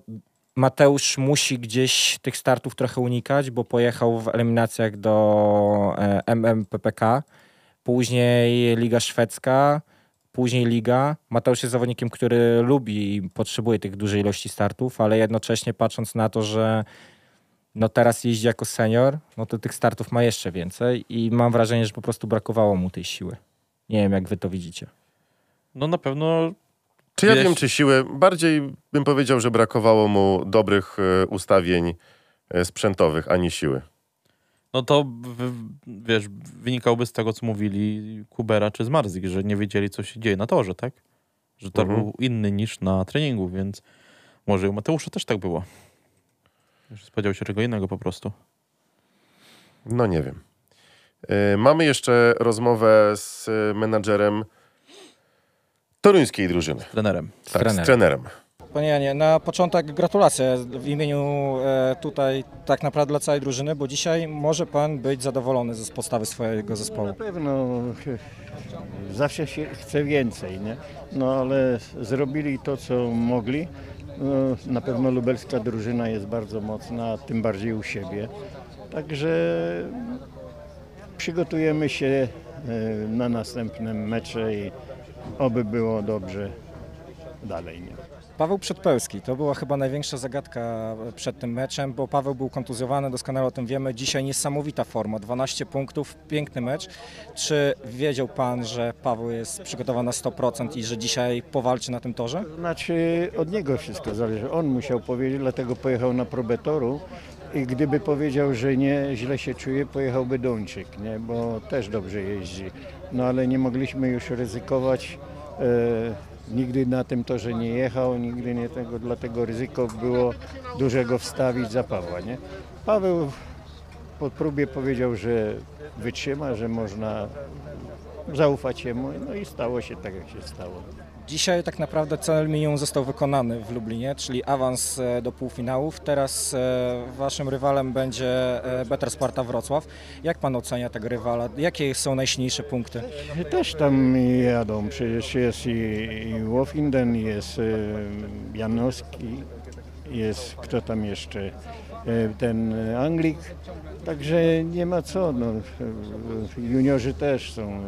Speaker 4: Mateusz musi gdzieś tych startów trochę unikać, bo pojechał w eliminacjach do e, MMPPK, później Liga Szwedzka, później Liga. Mateusz jest zawodnikiem, który lubi i potrzebuje tych dużej ilości startów, ale jednocześnie patrząc na to, że no teraz jeździ jako senior, no to tych startów ma jeszcze więcej i mam wrażenie, że po prostu brakowało mu tej siły. Nie wiem, jak wy to widzicie.
Speaker 3: No na pewno
Speaker 2: Czy ja
Speaker 3: Wiesz-
Speaker 2: wiem, czy siły? Bardziej bym powiedział, że brakowało mu dobrych e, ustawień e, sprzętowych, a nie siły.
Speaker 3: No to w- w- wiesz, wynikałoby z tego, co mówili Kubera czy Zmarzik, że nie wiedzieli, co się dzieje na torze, tak? Że tor
Speaker 2: Mhm.
Speaker 3: był inny niż na treningu, więc może u Mateusza też tak było. Że spodziewał się czego innego po prostu.
Speaker 2: No nie wiem. E, Mamy jeszcze rozmowę z e, menadżerem toruńskiej drużyny.
Speaker 3: Trenerem.
Speaker 4: Z
Speaker 2: Tak,
Speaker 4: trenerem.
Speaker 2: z trenerem.
Speaker 6: Panie Janie, na początek gratulacje w imieniu e, tutaj tak naprawdę dla całej drużyny, bo dzisiaj może Pan być zadowolony z podstawy swojego zespołu.
Speaker 7: No, Na pewno e, zawsze się chce więcej, nie? No ale zrobili to, co mogli. No, na pewno lubelska drużyna jest bardzo mocna, tym bardziej u siebie. Także przygotujemy się e, na następne mecze i oby było dobrze dalej, nie?
Speaker 6: Paweł Przedpełski, to była chyba największa zagadka e, przed tym meczem, bo Paweł był kontuzjowany, doskonale o tym wiemy. Dzisiaj niesamowita forma, 12 punktów, piękny mecz. Czy wiedział Pan, że Paweł jest przygotowany na 100% i że dzisiaj powalczy na tym torze?
Speaker 7: Znaczy od niego wszystko zależy. On musiał powiedzieć, dlatego pojechał na próbę toru i gdyby powiedział, że nie, źle się czuje, pojechałby Duńczyk, nie? bo też dobrze jeździ. No ale nie mogliśmy już ryzykować. E, nigdy na tym torze nie jechał, nigdy nie tego, dlatego ryzyko było dużego wstawić za Pawła. Nie? Paweł po próbie powiedział, że wytrzyma, że można zaufać jemu, no i stało się tak, jak się stało.
Speaker 6: Dzisiaj tak naprawdę cel minimum został wykonany w Lublinie, czyli awans e, do półfinałów. Teraz e, waszym rywalem będzie e, Better Sparta Wrocław. Jak pan ocenia tego rywala? Jakie są najsilniejsze punkty?
Speaker 7: Też tam jadą, przecież jest i, i Wofinden, jest e, Janowski, jest kto tam jeszcze, e, ten Anglik, także nie ma co, no, e, juniorzy też są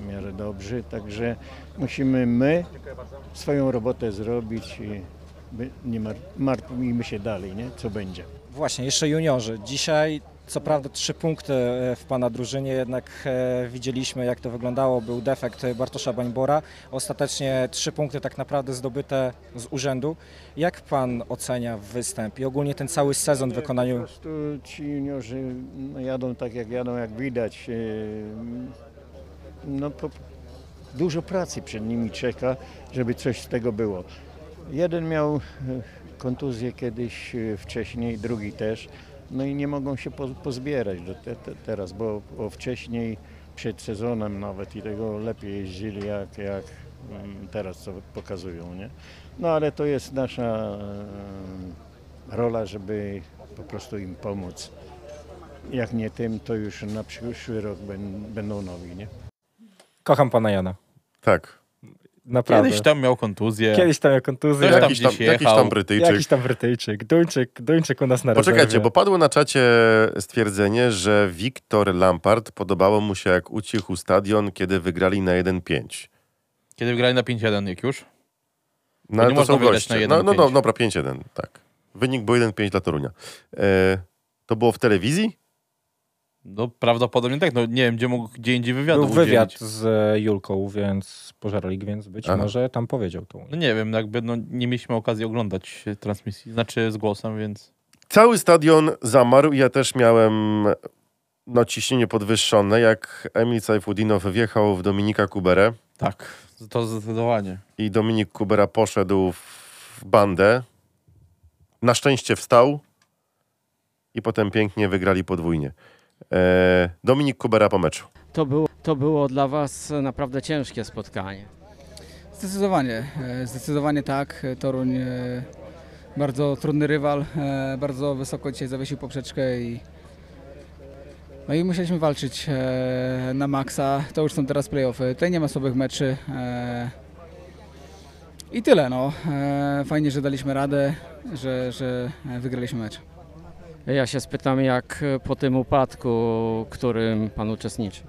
Speaker 7: w miarę dobrzy, także musimy my swoją robotę zrobić i by- nie mar- martwimy się dalej, nie? co będzie.
Speaker 6: Właśnie, jeszcze juniorzy. Dzisiaj co prawda trzy punkty e, w pana drużynie, jednak e, widzieliśmy jak to wyglądało. Był defekt e, Bartosza Bańbora. Ostatecznie trzy punkty tak naprawdę zdobyte z urzędu. Jak pan ocenia występ i ogólnie ten cały sezon w
Speaker 7: Po
Speaker 6: wykonaniu
Speaker 7: prostu ci juniorzy no, jadą tak jak jadą, jak widać. yy, No, po, dużo pracy przed nimi czeka, żeby coś z tego było. Jeden miał yy, kontuzję kiedyś yy, wcześniej, drugi też. No i nie mogą się po- pozbierać do te, te, teraz, bo, bo wcześniej przed sezonem nawet i tego lepiej jeździli jak, jak mm, teraz co pokazują, nie? No ale to jest nasza yy, rola, żeby po prostu im pomóc. Jak nie tym, to już na przyszły rok ben- będą nowi, nie?
Speaker 4: Kocham pana Jana.
Speaker 2: Tak.
Speaker 4: Naprawdę.
Speaker 3: Kiedyś tam miał kontuzję.
Speaker 4: Kiedyś tam miał kontuzję.
Speaker 3: Też tam
Speaker 2: Jakiś tam,
Speaker 3: gdzieś
Speaker 2: jakiś
Speaker 3: jechał.
Speaker 2: tam Brytyjczyk.
Speaker 4: Jakiś tam Brytyjczyk. Duńczyk, Duńczyk u nas na
Speaker 2: Poczekajcie,
Speaker 4: rezerwie.
Speaker 2: bo padło na czacie stwierdzenie, że Wiktor Lampard podobało mu się, jak ucichł stadion, kiedy wygrali na 1-5.
Speaker 3: Kiedy wygrali na 5-1, jak już?
Speaker 2: No, ale
Speaker 3: nie
Speaker 2: to
Speaker 3: można
Speaker 2: są
Speaker 3: wygrać na
Speaker 2: goście. No,
Speaker 3: 1-5.
Speaker 2: no, no, dobra, 5-1, tak. Wynik był 1-5 dla Torunia. E, to było w telewizji?
Speaker 3: No prawdopodobnie tak, no nie wiem, gdzie mógł gdzie indziej wywiadu
Speaker 4: Był wywiad
Speaker 3: udzielić.
Speaker 4: z e, Julką, więc pożarlik, więc być
Speaker 2: Aha.
Speaker 4: może tam powiedział tą.
Speaker 3: No nie wiem, no jakby no, nie mieliśmy okazji oglądać e, transmisji, znaczy z głosem, więc...
Speaker 2: Cały stadion zamarł i ja też miałem no, ciśnienie podwyższone, jak Emil Sajfudinow wjechał w Dominika Kuberę
Speaker 3: Tak, to zdecydowanie.
Speaker 2: i Dominik Kubera poszedł w bandę. Na szczęście wstał i potem pięknie wygrali podwójnie. E, Dominik Kubera po meczu.
Speaker 8: To było, to było dla Was naprawdę ciężkie spotkanie.
Speaker 9: Zdecydowanie, e, zdecydowanie tak. E, Toruń e, bardzo trudny rywal, e, bardzo wysoko dzisiaj zawiesił poprzeczkę i no i musieliśmy walczyć e, na maksa. To już są teraz playoffy. Tutaj nie ma słabych meczy. e, I tyle. No. E, Fajnie, że daliśmy radę, że, że e, wygraliśmy mecz.
Speaker 8: Ja się spytam, jak e, po tym upadku, którym Pan uczestniczy.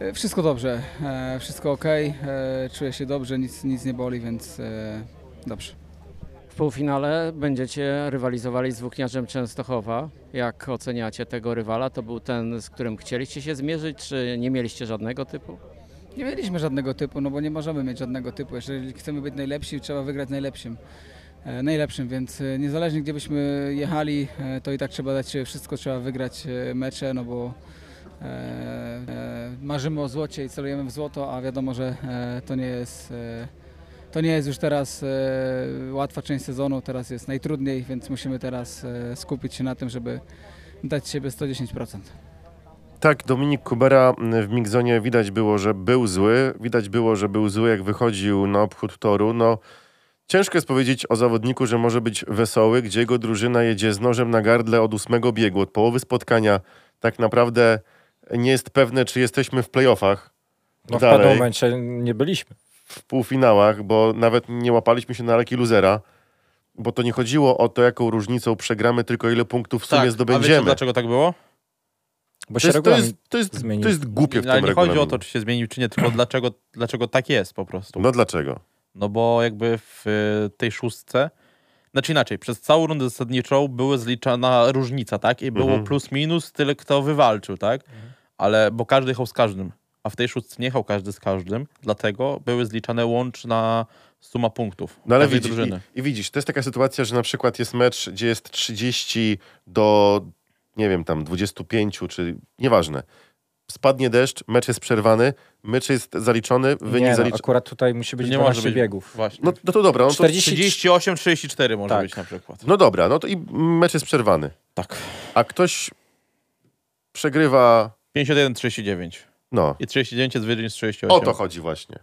Speaker 9: E, Wszystko dobrze, e, wszystko ok. Czuję się dobrze, nic, nic nie boli, więc e, dobrze.
Speaker 8: W półfinale będziecie rywalizowali z Włókniarzem Częstochowa. Jak oceniacie tego rywala? To był ten, z którym chcieliście się zmierzyć, czy nie mieliście żadnego typu?
Speaker 9: Nie mieliśmy żadnego typu, no bo nie możemy mieć żadnego typu. Jeżeli chcemy być najlepsi, trzeba wygrać najlepszym. E, najlepszym, więc e, niezależnie gdzie byśmy jechali, e, to i tak trzeba dać się wszystko, trzeba wygrać e, mecze, no bo e, e, marzymy o złocie i celujemy w złoto, a wiadomo, że e, to nie jest. E, to nie jest już teraz e, łatwa część sezonu, teraz jest najtrudniej, więc musimy teraz e, skupić się na tym, żeby dać siebie 110%.
Speaker 2: Tak, Dominik Kubera m, w Migzonie widać było, że był zły. Widać było, że był zły, jak wychodził na obchód toru. No, ciężko jest powiedzieć o zawodniku, że może być wesoły, gdzie jego drużyna jedzie z nożem na gardle od ósmego biegu, od połowy spotkania. Tak naprawdę nie jest pewne, czy jesteśmy w playoffach,
Speaker 4: No w
Speaker 2: Dalej.
Speaker 4: pewnym momencie nie byliśmy.
Speaker 2: w półfinałach, bo nawet nie łapaliśmy się na leki luzera, bo to nie chodziło o to, jaką różnicą przegramy, tylko ile punktów w sumie
Speaker 3: tak, A wiecie,
Speaker 2: zdobędziemy.
Speaker 3: dlaczego tak było?
Speaker 4: Bo
Speaker 2: To
Speaker 4: się
Speaker 2: jest, to, jest,
Speaker 4: regulamin...
Speaker 2: to, jest,
Speaker 4: zmienił.
Speaker 2: to jest głupie w tym
Speaker 3: Ale nie chodzi
Speaker 2: regulaminie.
Speaker 3: o to, czy się zmienił, czy nie, tylko dlaczego, dlaczego tak jest po prostu.
Speaker 2: No dlaczego?
Speaker 3: No bo jakby w y, tej szóstce, znaczy inaczej, przez całą rundę zasadniczą były zliczana różnica, tak? I było
Speaker 2: Mhm.
Speaker 3: plus minus tyle, kto wywalczył, tak?
Speaker 4: Mhm.
Speaker 3: Ale, bo każdy jechał z każdym, a w tej szóstce nie jechał każdy z każdym, dlatego były zliczane łączna suma punktów
Speaker 2: No ale
Speaker 3: każdej
Speaker 2: widzisz,
Speaker 3: drużyny.
Speaker 2: i, I widzisz, to jest taka sytuacja, że na przykład jest mecz, gdzie jest 30 do, nie wiem, tam 25, czy nieważne. Spadnie deszcz, mecz jest przerwany, mecz jest zaliczony, wynik
Speaker 4: Nie, no,
Speaker 2: zaliczony.
Speaker 4: akurat tutaj musi być
Speaker 3: Nie
Speaker 4: 12
Speaker 3: może być
Speaker 4: biegów.
Speaker 3: Właśnie.
Speaker 2: No, no to dobra, no, to,
Speaker 4: 40...
Speaker 3: 38-34 może
Speaker 4: Tak.
Speaker 3: być na przykład.
Speaker 2: no dobra, no to i mecz jest przerwany.
Speaker 3: Tak.
Speaker 2: A ktoś przegrywa,
Speaker 3: 51-39.
Speaker 2: no,
Speaker 3: I 39 jest wyżej niż 38.
Speaker 2: o to chodzi właśnie.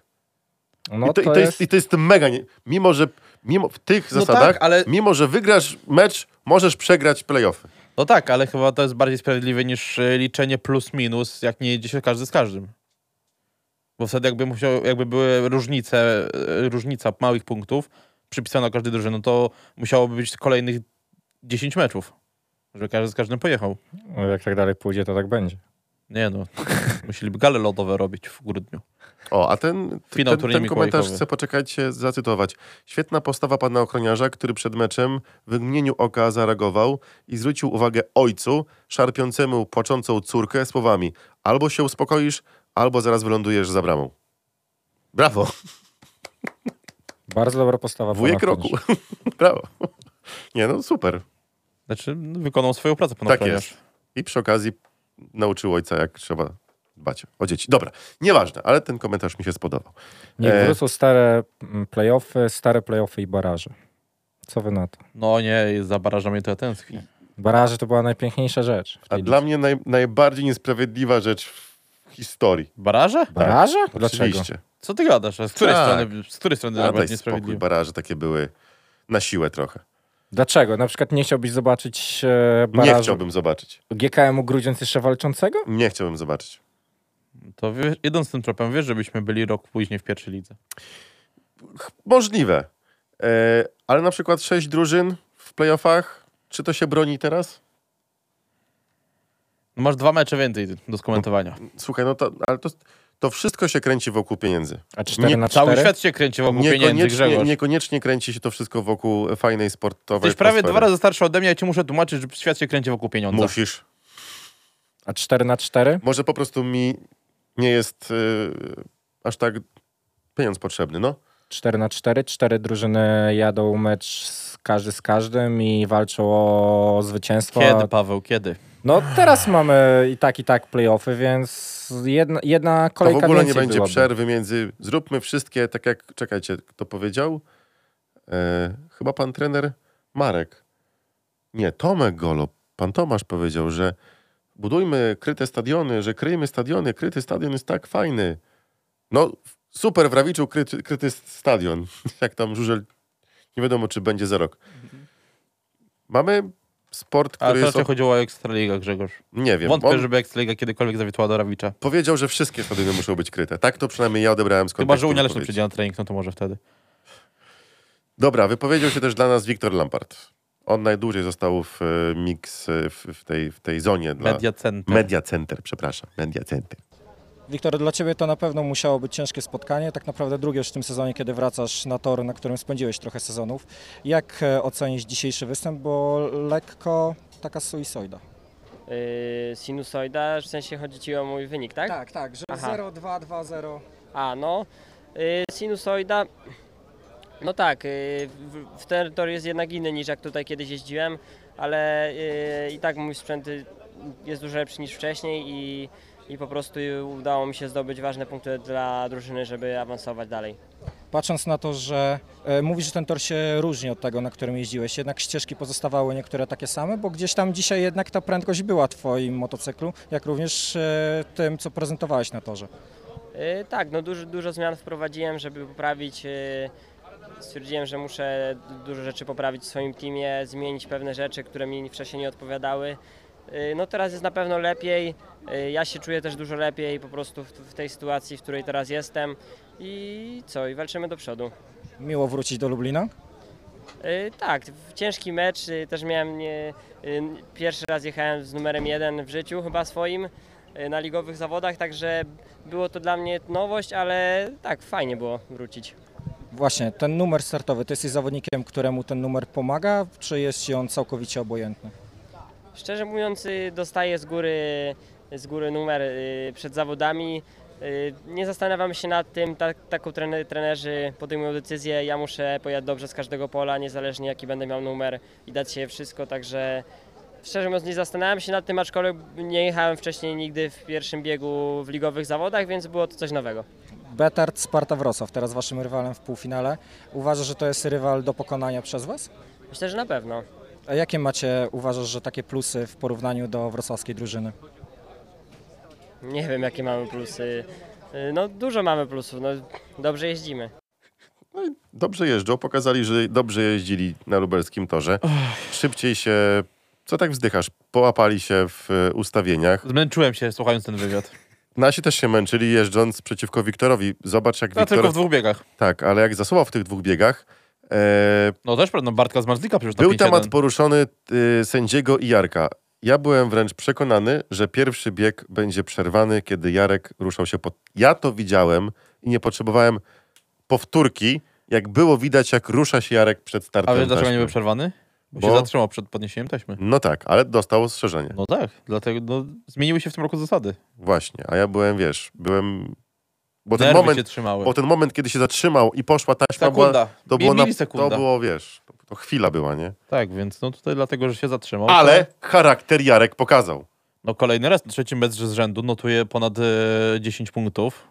Speaker 4: No
Speaker 2: I, to, i, to jest, I to jest mega, nie, mimo że mimo, w tych
Speaker 3: No
Speaker 2: zasadach,
Speaker 3: tak, ale-
Speaker 2: mimo że wygrasz mecz, możesz przegrać playoffy.
Speaker 3: No tak, ale chyba to jest bardziej sprawiedliwe niż e, liczenie plus minus, jak nie jedzie się każdy z każdym. Bo wtedy jakby, musiał, jakby były różnice, e, różnica małych punktów przypisana każdej drużynie, no to musiałoby być kolejnych 10 meczów, żeby każdy z każdym pojechał.
Speaker 4: No, Jak tak dalej pójdzie, to tak będzie.
Speaker 3: Nie no, musieliby gale lodowe robić w grudniu.
Speaker 2: O, a ten,
Speaker 3: Finał
Speaker 2: ten,
Speaker 3: turnieju
Speaker 2: ten komentarz
Speaker 3: mikołajkowy.
Speaker 2: chcę poczekajcie zacytować. Świetna postawa pana ochroniarza, który przed meczem w mgnieniu oka zareagował i zwrócił uwagę ojcu, szarpiącemu płaczącą córkę słowami albo się uspokoisz, albo zaraz wylądujesz za bramą. Brawo,
Speaker 4: Bardzo dobra postawa. pana
Speaker 2: wujek roku.
Speaker 4: ochroniarza.
Speaker 2: Brawo. Nie no, super.
Speaker 3: Znaczy, no, wykonał swoją pracę ponad
Speaker 2: Tak jest. I przy okazji nauczył ojca, jak trzeba dbać o dzieci. Dobra, nieważne, ale ten komentarz mi się spodobał.
Speaker 4: Niech
Speaker 2: E.
Speaker 4: wrócą stare mm, playoffy, stare playoffy i baraże. Co wy na to?
Speaker 3: No nie, za barażami to ja tęsknię.
Speaker 4: Baraże to była najpiękniejsza rzecz. w
Speaker 2: A
Speaker 4: tej
Speaker 2: dla
Speaker 4: lidze.
Speaker 2: mnie naj, najbardziej niesprawiedliwa rzecz w historii.
Speaker 3: Baraże?
Speaker 4: Baraże? Dlaczego?
Speaker 2: Tak. Oczywiście.
Speaker 3: Co ty gadasz? A Z której
Speaker 2: Tak.
Speaker 3: strony, z której strony
Speaker 2: A
Speaker 3: nawet
Speaker 2: daj spokój,
Speaker 3: niesprawiedliwe?
Speaker 2: baraże takie były na siłę trochę.
Speaker 4: Dlaczego? Na przykład nie chciałbyś zobaczyć e, barażu
Speaker 2: Nie chciałbym zobaczyć.
Speaker 4: GKM-u Grudziądz jeszcze walczącego?
Speaker 2: Nie chciałbym zobaczyć.
Speaker 3: To wiesz, idąc tym tropem, wiesz, żebyśmy byli rok później w pierwszej lidze.
Speaker 2: Możliwe. E, ale na przykład sześć drużyn w playoffach, czy to się broni teraz?
Speaker 3: No Masz dwa mecze więcej do skomentowania.
Speaker 2: Słuchaj, no to, ale to, to wszystko się kręci wokół pieniędzy.
Speaker 4: A 4
Speaker 2: Nie,
Speaker 4: na
Speaker 3: Cały
Speaker 4: 4?
Speaker 3: świat się kręci wokół pieniędzy,
Speaker 2: Niekoniecznie,
Speaker 3: Grzegorz.
Speaker 2: niekoniecznie kręci się to wszystko wokół fajnej sportowej
Speaker 3: Jesteś prawie
Speaker 2: atmosfery.
Speaker 3: dwa razy starszy ode mnie, ja ci muszę tłumaczyć, że świat się kręci wokół pieniądza.
Speaker 2: Musisz.
Speaker 4: A 4 na 4?
Speaker 2: Może po prostu mi nie jest y, aż tak pieniądz potrzebny, no.
Speaker 4: 4 na 4. Cztery drużyny jadą mecz z każdy z każdym i walczą o zwycięstwo.
Speaker 3: Kiedy, Paweł, kiedy?
Speaker 4: No teraz mamy i tak, i tak playoffy, więc jedna, jedna
Speaker 2: To
Speaker 4: kolejka
Speaker 2: w ogóle nie
Speaker 4: więcej
Speaker 2: będzie
Speaker 4: byłaby.
Speaker 2: przerwy między... Zróbmy wszystkie, tak jak... Czekajcie, kto powiedział? E, chyba pan trener Marek. Nie, Tomek Golo. Pan Tomasz powiedział, że budujmy kryte stadiony, że kryjmy stadiony. Kryty stadion jest tak fajny. No, super w Rawiczu kryty, kryty stadion. Jak tam Żużel... Nie wiadomo, czy będzie za rok. Mamy sport,
Speaker 3: Ale
Speaker 2: który
Speaker 3: to
Speaker 2: jest...
Speaker 3: raczej
Speaker 2: o-
Speaker 3: chodziło o Ekstraligę, Grzegorz.
Speaker 2: Nie wiem.
Speaker 3: Wątpię,
Speaker 2: on-
Speaker 3: żeby Ekstraliga kiedykolwiek zawitła do Rawicza.
Speaker 2: Powiedział, że wszystkie stadiony muszą być kryte. Tak to przynajmniej ja odebrałem z
Speaker 3: Chyba,
Speaker 2: kontekstu
Speaker 3: że Unia Leczna
Speaker 2: wypowiedzi.
Speaker 3: przyjdzie na trening, no to może wtedy.
Speaker 2: Tak. Dobra, wypowiedział się też dla nas Wiktor Lampard. On najdłużej został w e, mix e, w, w, tej, w tej zonie dla...
Speaker 3: Media Center.
Speaker 2: Media Center, przepraszam. Media Center.
Speaker 6: Wiktor, dla Ciebie to na pewno musiało być ciężkie spotkanie, tak naprawdę drugie już w tym sezonie, kiedy wracasz na tor, na którym spędziłeś trochę sezonów. Jak e, ocenisz dzisiejszy występ, bo lekko taka suicoida.
Speaker 10: Yy, sinusoida, w sensie chodzi ci o mój wynik, tak?
Speaker 6: Tak, tak, że
Speaker 10: Aha.
Speaker 6: 0-2-2-0.
Speaker 10: A, no. Yy, sinusoida. No tak, yy, w- w ten tor jest jednak inny niż jak tutaj kiedyś jeździłem, ale yy, i tak mój sprzęt y, jest dużo lepszy niż wcześniej i, i po prostu udało mi się zdobyć ważne punkty dla drużyny, żeby awansować dalej.
Speaker 6: Patrząc na to, że e, mówisz, że ten tor się różni od tego, na którym jeździłeś, jednak ścieżki pozostawały niektóre takie same, bo gdzieś tam dzisiaj jednak ta prędkość była w Twoim motocyklu, jak również e, tym, co prezentowałeś na torze.
Speaker 10: Yy, tak, no dużo, dużo zmian wprowadziłem, żeby poprawić. Yy, stwierdziłem, że muszę dużo rzeczy poprawić w swoim teamie, zmienić pewne rzeczy, które mi wcześniej nie odpowiadały. Yy, no teraz jest na pewno lepiej. Yy, ja się czuję też dużo lepiej po prostu w, w tej sytuacji, w której teraz jestem. I co, i walczymy do przodu.
Speaker 6: Miło wrócić do Lublina.
Speaker 10: Yy, tak, w- ciężki mecz. Yy, też miałem. Nie, yy, pierwszy raz jechałem z numerem jeden w życiu, chyba swoim, yy, na ligowych zawodach, także było to dla mnie nowość, ale tak, fajnie było wrócić.
Speaker 6: Właśnie, ten numer startowy, ty jesteś zawodnikiem, któremu ten numer pomaga, czy jest ci on całkowicie obojętny?
Speaker 10: Szczerze mówiąc, yy, dostaję z góry, z góry numer yy, przed zawodami. Yy, Nie zastanawiam się nad tym, tak, taką trener, trenerzy podejmują decyzję. Ja muszę pojechać dobrze z każdego pola, niezależnie jaki będę miał numer i dać się wszystko, także szczerze mówiąc nie zastanawiam się nad tym, aczkolwiek nie jechałem wcześniej nigdy w pierwszym biegu w ligowych zawodach, więc było to coś nowego.
Speaker 6: Betard Sparta Wrocław, teraz waszym rywalem w półfinale. Uważasz, że to jest rywal do pokonania przez was?
Speaker 10: Myślę, że na pewno.
Speaker 6: A jakie macie, uważasz, że takie plusy w porównaniu do wrocławskiej drużyny?
Speaker 10: Nie wiem jakie mamy plusy. Yy, No dużo mamy plusów, no dobrze jeździmy.
Speaker 2: Dobrze jeżdżą, pokazali, że dobrze jeździli na lubelskim torze. Szybciej się... Co tak wzdychasz? Połapali się w e, ustawieniach.
Speaker 3: Zmęczyłem się słuchając ten wywiad.
Speaker 2: Nasi też się męczyli jeżdżąc przeciwko Wiktorowi. Zobacz jak
Speaker 3: No tylko
Speaker 2: Wiktor...
Speaker 3: w dwóch biegach.
Speaker 2: Tak, ale jak zasuwał w tych dwóch biegach... E,
Speaker 3: No też prawda, Bartka z Marzlika przecież na
Speaker 2: Był
Speaker 3: 5-1.
Speaker 2: temat poruszony y, sędziego i Jarka. Ja byłem wręcz przekonany, że pierwszy bieg będzie przerwany, kiedy Jarek ruszał się pod. Ja to widziałem i nie potrzebowałem powtórki, jak było widać, jak rusza się Jarek przed startem.
Speaker 3: A wiesz dlaczego nie
Speaker 2: taśmy.
Speaker 3: był przerwany? Bo,
Speaker 2: Bo?
Speaker 3: się zatrzymał przed podniesieniem taśmy.
Speaker 2: No tak, ale dostał ostrzeżenie.
Speaker 3: No tak, dlatego no, zmieniły się w tym roku zasady.
Speaker 2: Właśnie, a ja byłem, wiesz, byłem. Bo ten,
Speaker 3: Nerwy
Speaker 2: moment,
Speaker 3: się trzymały.
Speaker 2: bo ten moment, kiedy się zatrzymał i poszła taśma, była,
Speaker 3: Sekunda.
Speaker 2: to, było na,
Speaker 3: milisekunda.
Speaker 2: to było, wiesz, to, to chwila była, nie?
Speaker 3: Tak, więc no tutaj dlatego, że się zatrzymał.
Speaker 2: Ale charakter Jarek pokazał.
Speaker 3: No kolejny raz, trzeci mecz z rzędu, notuje ponad e, 10 punktów.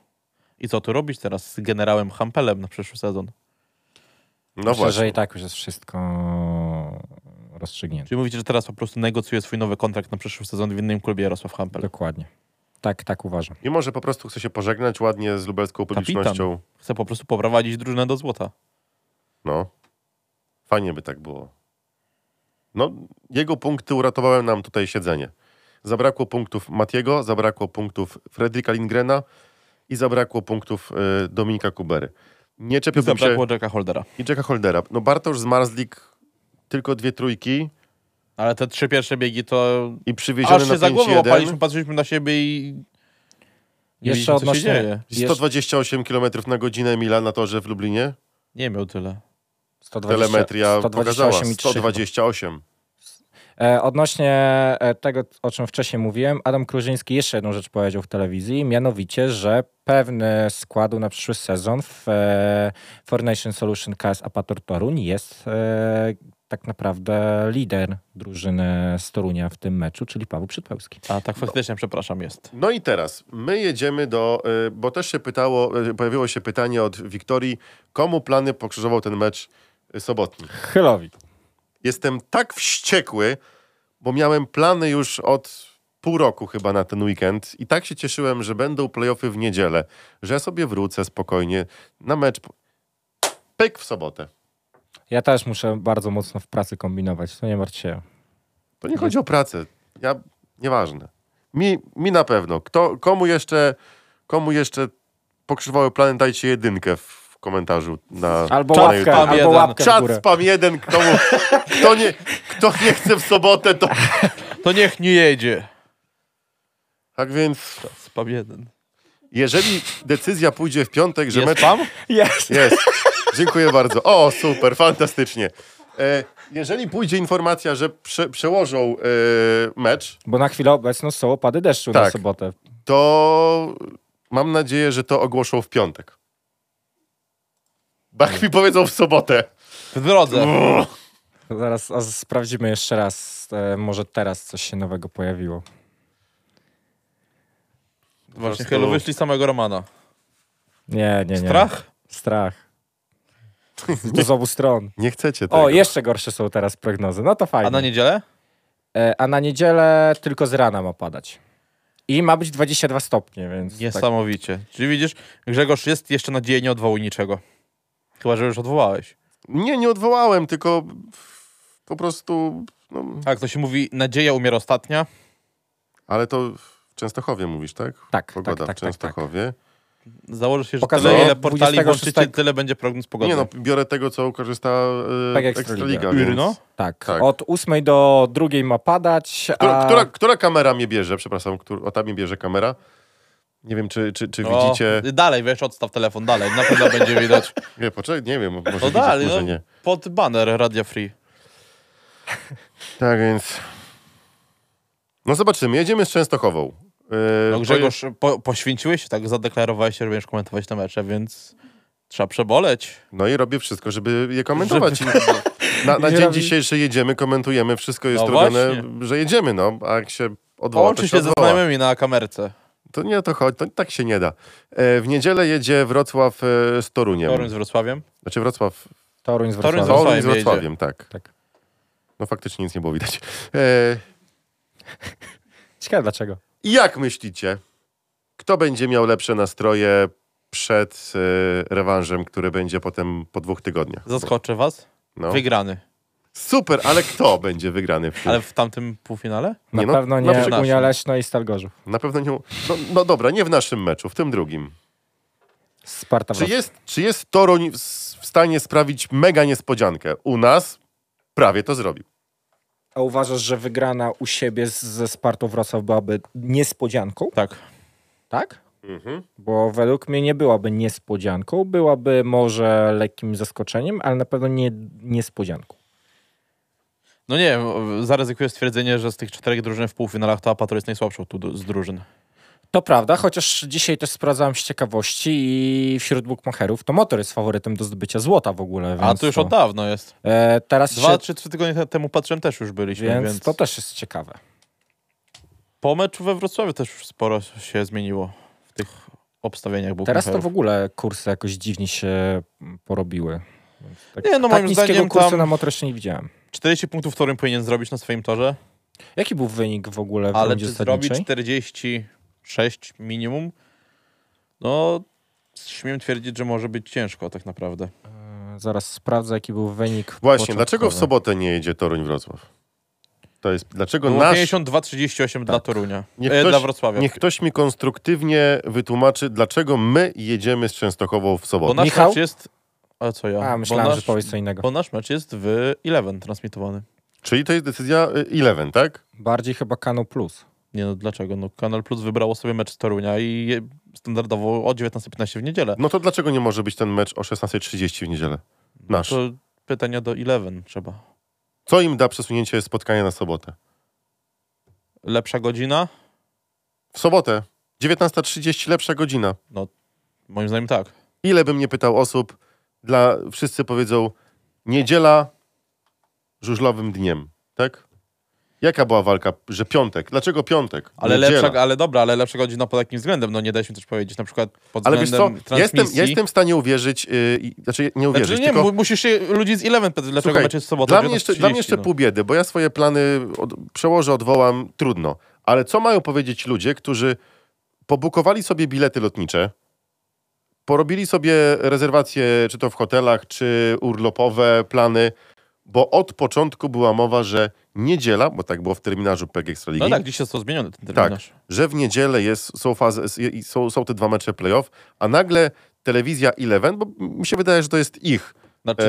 Speaker 3: I co tu robić teraz z generałem Hampelem na przyszły sezon?
Speaker 2: No
Speaker 4: Myślę,
Speaker 2: właśnie.
Speaker 4: że i tak już jest wszystko rozstrzygnięte.
Speaker 3: Czyli mówicie, że teraz po prostu negocjuje swój nowy kontrakt na przyszły sezon w innym klubie Jarosław Hampel.
Speaker 4: Dokładnie. Tak, tak uważam.
Speaker 2: I może po prostu chce się pożegnać ładnie z lubelską publicznością.
Speaker 3: Chce po prostu poprowadzić drużynę do złota.
Speaker 2: No. Fajnie by tak było. No, jego punkty uratowały nam tutaj siedzenie. Zabrakło punktów Matiego, zabrakło punktów Fredrika Lindgrena i zabrakło punktów y, Dominika Kubery. Nie
Speaker 3: I
Speaker 2: czepiłbym się...
Speaker 3: zabrakło Jacka tak Holdera.
Speaker 2: I Jacka Holdera. No Bartosz Zmarzlik tylko dwie trójki
Speaker 3: Ale te trzy pierwsze biegi to
Speaker 2: i przywieziony
Speaker 3: aż
Speaker 2: na
Speaker 3: się za głowę
Speaker 2: 5-1.
Speaker 3: łapaliśmy, patrzyliśmy na siebie i Nie
Speaker 4: Jeszcze
Speaker 3: widzieliśmy, co się
Speaker 4: odnośnie-
Speaker 3: dzieje.
Speaker 2: 128 km na godzinę Mila na torze w Lublinie.
Speaker 3: Nie miał tyle.
Speaker 4: 120
Speaker 2: Telemetria pokazała
Speaker 4: 128,3 chyba.
Speaker 2: 128.
Speaker 4: E, Odnośnie e, tego, o czym wcześniej mówiłem, Adam Krużyński jeszcze jedną rzecz powiedział w telewizji, mianowicie, że pewny składu na przyszły sezon w e, Formation Solution KS Apator Toruń jest e, tak naprawdę lider drużyny z Torunia w tym meczu, czyli Paweł Przytpełski.
Speaker 3: A tak faktycznie, przepraszam, jest.
Speaker 2: No i teraz my jedziemy do, y, bo też się pytało, y, pojawiło się pytanie od Wiktorii, komu plany pokrzyżował ten mecz y, sobotni.
Speaker 4: Chylowi.
Speaker 2: Jestem tak wściekły, bo miałem plany już od pół roku chyba na ten weekend i tak się cieszyłem, że będą playoffy w niedzielę, że ja sobie wrócę spokojnie na mecz. Pyk w sobotę.
Speaker 4: Ja też muszę bardzo mocno w pracy kombinować, to nie martw się.
Speaker 2: To nie chodzi o pracę. Ja, nieważne. Mi, mi na pewno. Kto, komu jeszcze, komu jeszcze pokrzywały plany, dajcie jedynkę w komentarzu. Na,
Speaker 4: Albo
Speaker 2: na
Speaker 4: łapkę,
Speaker 2: YouTube.
Speaker 3: spam
Speaker 4: albo
Speaker 3: jeden.
Speaker 4: łapkę w
Speaker 2: Czat
Speaker 4: górę.
Speaker 2: spam jeden, kto, mu, kto, nie, kto nie chce w sobotę, to...
Speaker 3: To niech nie jedzie.
Speaker 2: Tak więc,
Speaker 3: Spam jeden.
Speaker 2: jeżeli decyzja pójdzie w piątek, że
Speaker 3: Jest
Speaker 2: mecz...
Speaker 3: spam?
Speaker 4: Jest.
Speaker 2: Jest. Dziękuję bardzo. O, super, fantastycznie. E, jeżeli pójdzie informacja, że prze, przełożą e, mecz,
Speaker 4: Bo na chwilę obecną są opady deszczu na
Speaker 2: Tak.
Speaker 4: sobotę.
Speaker 2: to mam nadzieję, że to ogłoszą w piątek. Bach mi powiedzą w sobotę.
Speaker 3: W drodze.
Speaker 4: Zaraz a sprawdzimy jeszcze raz, e, może teraz coś się nowego pojawiło.
Speaker 3: Właśnie
Speaker 2: prostu-
Speaker 3: Helu wyszli samego Romana.
Speaker 4: Nie, nie, nie.
Speaker 3: Strach?
Speaker 4: Strach. To z obu stron.
Speaker 2: Nie chcecie tego.
Speaker 4: O, jeszcze gorsze są teraz prognozy. No to fajnie.
Speaker 3: A na niedzielę?
Speaker 4: E, A na niedzielę tylko z rana ma padać. I ma być 22 stopnie, więc. Tak.
Speaker 3: Niesamowicie. Czyli widzisz, Grzegorz jest jeszcze nadzieję nie odwołał niczego. Chyba, że już odwołałeś.
Speaker 2: Nie, nie odwołałem, tylko po prostu... No,
Speaker 3: Tak, to się mówi, nadzieja umiera ostatnia.
Speaker 2: ale to w Częstochowie mówisz, tak?
Speaker 4: Tak,
Speaker 2: Pogoda
Speaker 4: tak, tak,
Speaker 2: w
Speaker 4: tak, tak.
Speaker 2: Częstochowie.
Speaker 3: Założę się, że
Speaker 4: Pokazało
Speaker 3: tyle, ile portali
Speaker 4: 26.
Speaker 3: włączycie, tyle będzie prognoz pogody.
Speaker 2: Nie no, biorę tego, co korzysta e,
Speaker 4: Tak,
Speaker 2: Ekstraliga.
Speaker 4: Ekstraliga.
Speaker 2: więc-
Speaker 3: Urno?
Speaker 4: tak.
Speaker 2: Tak.
Speaker 4: Od 8 do 2 ma padać.
Speaker 2: Która,
Speaker 4: A...
Speaker 2: która, która kamera mnie bierze? Przepraszam, któr, o ta mnie bierze kamera. Nie wiem, czy, czy, czy widzicie...
Speaker 3: O, dalej, wiesz, odstaw telefon, dalej. Na pewno będzie widać.
Speaker 2: Nie, poczekaj, nie wiem, może
Speaker 3: No
Speaker 2: widzieć,
Speaker 3: dalej,
Speaker 2: może
Speaker 3: no,
Speaker 2: nie.
Speaker 3: pod baner Radia Free.
Speaker 2: Tak więc... No zobaczymy, jedziemy z Częstochową. E,
Speaker 3: No Grzegorz, po, poświęciłeś się, tak zadeklarowałeś się, że będziesz komentować te mecze, więc trzeba przeboleć.
Speaker 2: No i robię wszystko, żeby je komentować. Na, na dzień
Speaker 4: robi-
Speaker 2: dzisiejszy jedziemy, komentujemy, wszystko jest
Speaker 3: No
Speaker 2: robione,
Speaker 3: właśnie.
Speaker 2: że jedziemy, no. A jak się odwoła,
Speaker 3: Połączy
Speaker 2: to
Speaker 3: się
Speaker 2: się
Speaker 3: ze
Speaker 2: odwoła.
Speaker 3: znajomymi na kamerce.
Speaker 2: To nie o to chodzi, to tak się nie da. E, w niedzielę jedzie Wrocław e, z Toruniem.
Speaker 3: Toruń z Wrocławiem.
Speaker 2: Znaczy Wrocław,
Speaker 4: Toruń z
Speaker 3: Toruń z
Speaker 2: Toruń
Speaker 4: Wrocławia.
Speaker 2: z
Speaker 3: Wrocławiem jedzie.
Speaker 2: Wrocławiem, tak.
Speaker 4: Tak.
Speaker 2: No faktycznie nic nie było widać. E,
Speaker 4: Ciekawe dlaczego.
Speaker 2: I jak myślicie, kto będzie miał lepsze nastroje przed e, rewanżem, który będzie potem po dwóch tygodniach?
Speaker 3: Zaskoczę was.
Speaker 2: No.
Speaker 3: Wygrany.
Speaker 2: Super, ale kto będzie wygrany w tym?
Speaker 3: Ale w tamtym półfinale?
Speaker 4: Na
Speaker 2: Nie, no,
Speaker 4: pewno
Speaker 2: na
Speaker 4: nie
Speaker 2: przykład-
Speaker 4: Unia Leszno i Stal Gorzów.
Speaker 2: Na pewno nie. No, no dobra, nie w naszym meczu, w tym drugim.
Speaker 4: Sparta
Speaker 2: Czy
Speaker 4: Wrocław.
Speaker 2: jest, czy jest Toruń w s- w stanie sprawić mega niespodziankę? U nas prawie to zrobił.
Speaker 4: A uważasz, że wygrana u siebie z- ze Spartą Wrocław byłaby niespodzianką?
Speaker 3: Tak.
Speaker 4: Tak?
Speaker 3: Mhm.
Speaker 4: Bo według mnie nie byłaby niespodzianką, byłaby może lekkim zaskoczeniem, ale na pewno nie niespodzianką.
Speaker 3: No nie wiem, zaryzykuję stwierdzenie, że z tych czterech drużyn w półfinalach to Apator jest najsłabszą tu du- z drużyn.
Speaker 4: To prawda, chociaż dzisiaj też sprawdzałem z ciekawości i wśród bookmacherów to motor jest faworytem do zdobycia złota w ogóle.
Speaker 3: A
Speaker 4: więc
Speaker 3: to już od dawno jest.
Speaker 4: E, teraz
Speaker 3: Dwa,
Speaker 4: się,
Speaker 3: trzy, trzy tygodnie te- temu patrzyłem, też już byliśmy,
Speaker 4: więc,
Speaker 3: więc,
Speaker 4: to też jest ciekawe.
Speaker 3: po meczu we Wrocławiu też już sporo się zmieniło w tych obstawieniach
Speaker 4: Teraz to w
Speaker 3: bookmacherów.
Speaker 4: ogóle kursy jakoś dziwnie się mm, porobiły. Więc Tak,
Speaker 3: Nie, no
Speaker 4: tak
Speaker 3: moim
Speaker 4: niskiego
Speaker 3: zdaniem
Speaker 4: kursu
Speaker 3: tam-
Speaker 4: na motor jeszcze nie widziałem.
Speaker 3: 40 punktów Toruń powinien zrobić na swoim torze.
Speaker 4: Jaki był wynik w ogóle w
Speaker 3: Ale
Speaker 4: rundzie
Speaker 3: czy zrobi
Speaker 4: zasadniczej?
Speaker 3: 46 minimum? No, śmiem twierdzić, że może być ciężko tak naprawdę.
Speaker 4: E, Zaraz sprawdzę, jaki był wynik
Speaker 2: Właśnie, dlaczego w
Speaker 4: początkowy.
Speaker 2: sobotę nie jedzie Toruń Wrocław? To jest dlaczego
Speaker 3: Było
Speaker 2: nasz
Speaker 3: 52-38
Speaker 4: Tak.
Speaker 3: dla Torunia.
Speaker 2: Niech
Speaker 3: e,
Speaker 2: ktoś-
Speaker 3: dla Wrocławia.
Speaker 2: Niech ktoś mi konstruktywnie wytłumaczy, dlaczego my jedziemy z Częstochową w
Speaker 3: Bo
Speaker 2: sobotę.
Speaker 3: nasz
Speaker 4: Michał?
Speaker 3: mecz jest... A co ja?
Speaker 4: A, myślałem,
Speaker 3: bo
Speaker 4: że powiesz co innego.
Speaker 3: Bo nasz mecz jest w Eleven transmitowany.
Speaker 2: Czyli to jest decyzja y, Eleven, tak?
Speaker 4: Bardziej chyba Kano Plus.
Speaker 3: Nie no, dlaczego? No, Kanal Plus wybrało sobie mecz z Torunia i je, standardowo o 19.15 w niedzielę.
Speaker 2: No to dlaczego nie może być ten mecz o 16.30 w niedzielę? Nasz.
Speaker 3: To pytania do 11 trzeba.
Speaker 2: Co im da przesunięcie spotkania na sobotę?
Speaker 3: Lepsza godzina?
Speaker 2: W sobotę. 19.30, lepsza godzina.
Speaker 3: Moim zdaniem tak.
Speaker 2: Ile bym nie pytał osób, dla wszyscy powiedzą niedziela żużlowym dniem, tak? Jaka była walka, że piątek? Dlaczego piątek?
Speaker 3: Ale,
Speaker 2: Niedziela.
Speaker 3: lepsza, ale dobra, ale lepsza godzina pod jakim względem? No nie da się też powiedzieć, na przykład pod
Speaker 2: Ale wiesz co,
Speaker 3: względem
Speaker 2: ja jestem,
Speaker 3: transmisji.
Speaker 2: ja jestem w stanie uwierzyć, yy, i- znaczy nie uwierzyć,
Speaker 3: Znaczy nie,
Speaker 2: tylko...
Speaker 3: mu- musisz się ludzi z 11 pytać, dlaczego
Speaker 2: Słuchaj,
Speaker 3: macie w sobotę
Speaker 2: Dla mnie, jeszcze, dla
Speaker 3: 19.30,
Speaker 2: mnie jeszcze
Speaker 3: no.
Speaker 2: pół biedy, bo ja swoje plany od, przełożę, odwołam, trudno. Ale co mają powiedzieć ludzie, którzy pobukowali sobie bilety lotnicze, porobili sobie rezerwacje, czy to w hotelach, czy urlopowe plany, bo od początku była mowa, że niedziela, bo tak było w terminarzu PG Ekstraligi,
Speaker 3: No tak, dziś jest to zmienione, ten terminarz.
Speaker 2: że w niedzielę jest, są, fazy, s- i- są, są te dwa mecze playoff, a nagle telewizja Eleven, bo mi się wydaje, że to jest ich.
Speaker 3: Znaczy,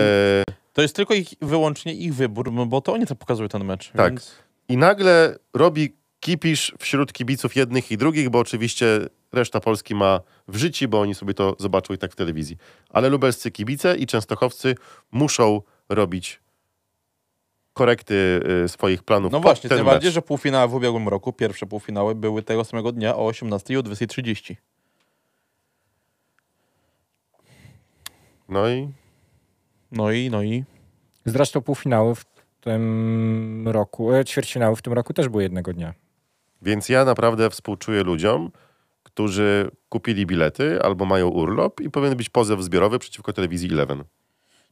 Speaker 2: E,
Speaker 3: to jest tylko ich, wyłącznie ich wybór, no bo to oni to pokazują ten mecz.
Speaker 2: Tak.
Speaker 3: Więc...
Speaker 2: I nagle robi kipisz wśród kibiców jednych i drugich, bo oczywiście reszta Polski ma w życiu, bo oni sobie to zobaczą i tak w telewizji. Ale lubelscy kibice i częstochowcy muszą robić korekty y, swoich planów.
Speaker 3: No
Speaker 2: pod
Speaker 3: właśnie,
Speaker 2: ten
Speaker 3: tym bardziej,
Speaker 2: mecz.
Speaker 3: że półfinały w ubiegłym roku, pierwsze półfinały były tego samego dnia o 18 i o 20.30.
Speaker 2: No i
Speaker 3: No i, no i.
Speaker 4: Zresztą półfinały w tym roku, e, ćwierćfinały w tym roku też były jednego dnia.
Speaker 2: Więc ja naprawdę współczuję ludziom, którzy kupili bilety albo mają urlop i powinien być pozew zbiorowy przeciwko telewizji Eleven.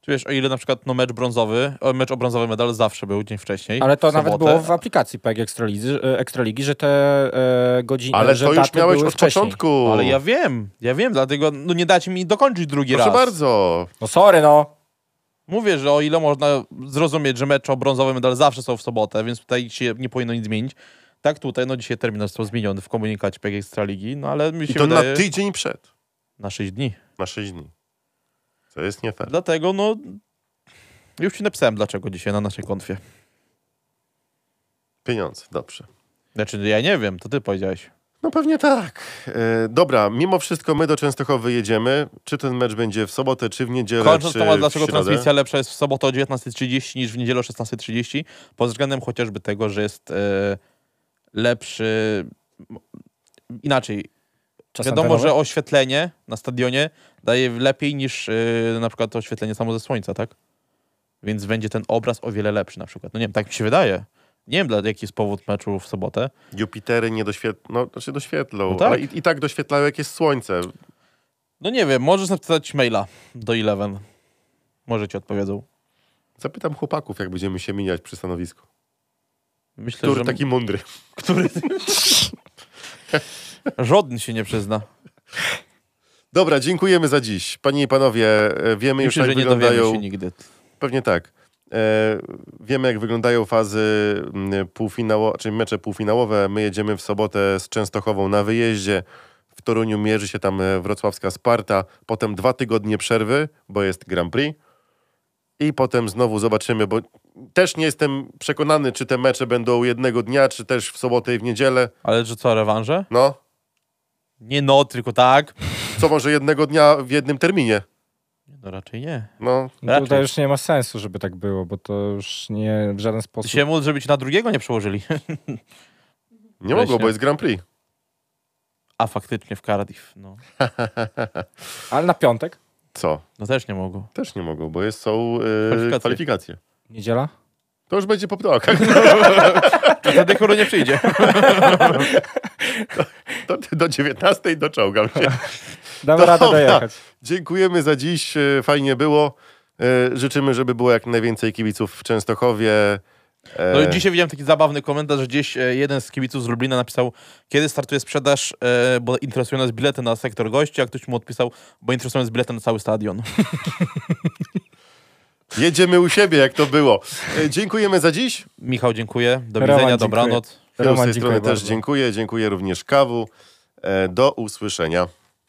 Speaker 3: Czy wiesz, o ile na przykład no, mecz brązowy, o, mecz o brązowy medal zawsze był dzień wcześniej.
Speaker 4: Ale to
Speaker 3: w
Speaker 4: nawet
Speaker 3: sobotę.
Speaker 4: było w aplikacji PEG Ekstraligi, e, Ekstraligi że te e, godziny,
Speaker 2: Ale
Speaker 4: że
Speaker 2: to już
Speaker 4: daty
Speaker 2: miałeś
Speaker 4: były
Speaker 2: od
Speaker 4: wcześniej.
Speaker 2: początku.
Speaker 3: Ale ja wiem, ja wiem, dlatego no, nie dacie mi dokończyć drugi
Speaker 2: Proszę
Speaker 3: raz.
Speaker 2: bardzo.
Speaker 4: No sorry no.
Speaker 3: Mówię, że o ile można zrozumieć, że mecze o brązowy medal zawsze są w sobotę, więc tutaj się nie powinno nic zmienić. Tak tutaj, no dzisiaj termin został zmieniony w komunikacie PG Ekstraligi, no ale mi się
Speaker 2: I to
Speaker 3: wydaje...
Speaker 2: na tydzień przed.
Speaker 3: Na 6 dni.
Speaker 2: Na 6 dni. Co jest nie fair.
Speaker 3: Dlatego, no... Już ci napisałem dlaczego dzisiaj na naszej konfie.
Speaker 2: Pieniądze, dobrze.
Speaker 3: Znaczy, ja nie wiem, to ty powiedziałeś.
Speaker 2: No pewnie tak. E, dobra, mimo wszystko my do Częstochowy jedziemy. Czy ten mecz będzie w sobotę, czy w niedzielę,
Speaker 3: Kończąc
Speaker 2: czy
Speaker 3: temat,
Speaker 2: w
Speaker 3: dlaczego
Speaker 2: środę?
Speaker 3: transmisja lepsza jest w sobotę o 19.30 niż w niedzielę o 16.30, pod względem chociażby tego, że jest e, lepszy... m- Inaczej,
Speaker 4: Czas
Speaker 3: wiadomo,
Speaker 4: antenowy?
Speaker 3: że oświetlenie na stadionie daje lepiej niż e, na przykład to oświetlenie samo ze słońca, tak? Więc będzie ten obraz o wiele lepszy na przykład. No nie wiem, tak mi się wydaje. Nie wiem, dla- jaki jest powód meczu w sobotę.
Speaker 2: Jupitery nie doświetlą, no, znaczy doświetlą,
Speaker 3: No tak.
Speaker 2: ale i, i tak doświetlają, jak jest słońce.
Speaker 3: No nie wiem, możesz napisać maila do Eleven. Może ci odpowiedzą.
Speaker 2: Zapytam chłopaków, jak będziemy się mijać przy stanowisku.
Speaker 3: Myślę,
Speaker 2: Który
Speaker 3: że
Speaker 2: taki mądry.
Speaker 3: który... Żaden się nie przyzna.
Speaker 2: Dobra, dziękujemy za dziś. Panie i panowie, e, wiemy już,
Speaker 3: Myślę, że
Speaker 2: jak
Speaker 3: nie dowiemy
Speaker 2: wyglądają...
Speaker 3: się nigdy.
Speaker 2: Pewnie tak. E, wiemy, jak wyglądają fazy mm, półfinało, czyli mecze półfinałowe. My jedziemy w sobotę z Częstochową na wyjeździe. W Toruniu mierzy się tam e, wrocławska Sparta. Potem dwa tygodnie przerwy, bo jest Grand Prix. I potem znowu zobaczymy, bo też nie jestem przekonany, czy te mecze będą jednego dnia, czy też w sobotę i w niedzielę.
Speaker 3: Ale że co, rewanże?
Speaker 2: No,
Speaker 3: Nie no, tylko tak.
Speaker 2: co może jednego dnia w jednym terminie.
Speaker 3: No raczej nie.
Speaker 2: No,
Speaker 4: No
Speaker 3: Raczej.
Speaker 4: Tutaj już nie ma sensu, żeby tak było, bo to już nie w żaden
Speaker 3: Ty
Speaker 4: sposób...
Speaker 3: się módl, żeby ci na drugiego nie przełożyli.
Speaker 2: nie mogą,
Speaker 3: Września.
Speaker 2: bo jest Grand Prix.
Speaker 3: A faktycznie w Cardiff. No,
Speaker 4: Ale na piątek?
Speaker 2: Co?
Speaker 3: no też nie mogą.
Speaker 2: Też nie mogą, bo jest, są e,
Speaker 3: Kwalifikacje.
Speaker 2: kwalifikacje.
Speaker 4: Niedziela?
Speaker 2: To już będzie po No, ptokach.
Speaker 3: To wtedy chóru nie przyjdzie.
Speaker 2: Do, do 19 doczałgam się.
Speaker 4: Damy radę
Speaker 2: Dobra.
Speaker 4: dojechać.
Speaker 2: Dziękujemy za dziś. e, Fajnie było. E, Życzymy, żeby było jak najwięcej kibiców w Częstochowie. E,
Speaker 3: No i dzisiaj widziałem taki zabawny komentarz, że gdzieś e, jeden z kibiców z Lublina napisał, kiedy startuje sprzedaż, e, bo interesują nas bilety na sektor gości, a ktoś mu odpisał, bo interesują nas bilety na cały stadion.
Speaker 2: Jedziemy u siebie, jak to było. E, Dziękujemy za dziś.
Speaker 3: Michał, dziękuję. Do
Speaker 4: Roman,
Speaker 3: widzenia,
Speaker 4: dziękuję.
Speaker 3: dobranoc.
Speaker 2: Ja z tej
Speaker 4: dziękuję
Speaker 2: strony też
Speaker 4: bardzo.
Speaker 2: dziękuję. Dziękuję również Kawu. E, Do usłyszenia.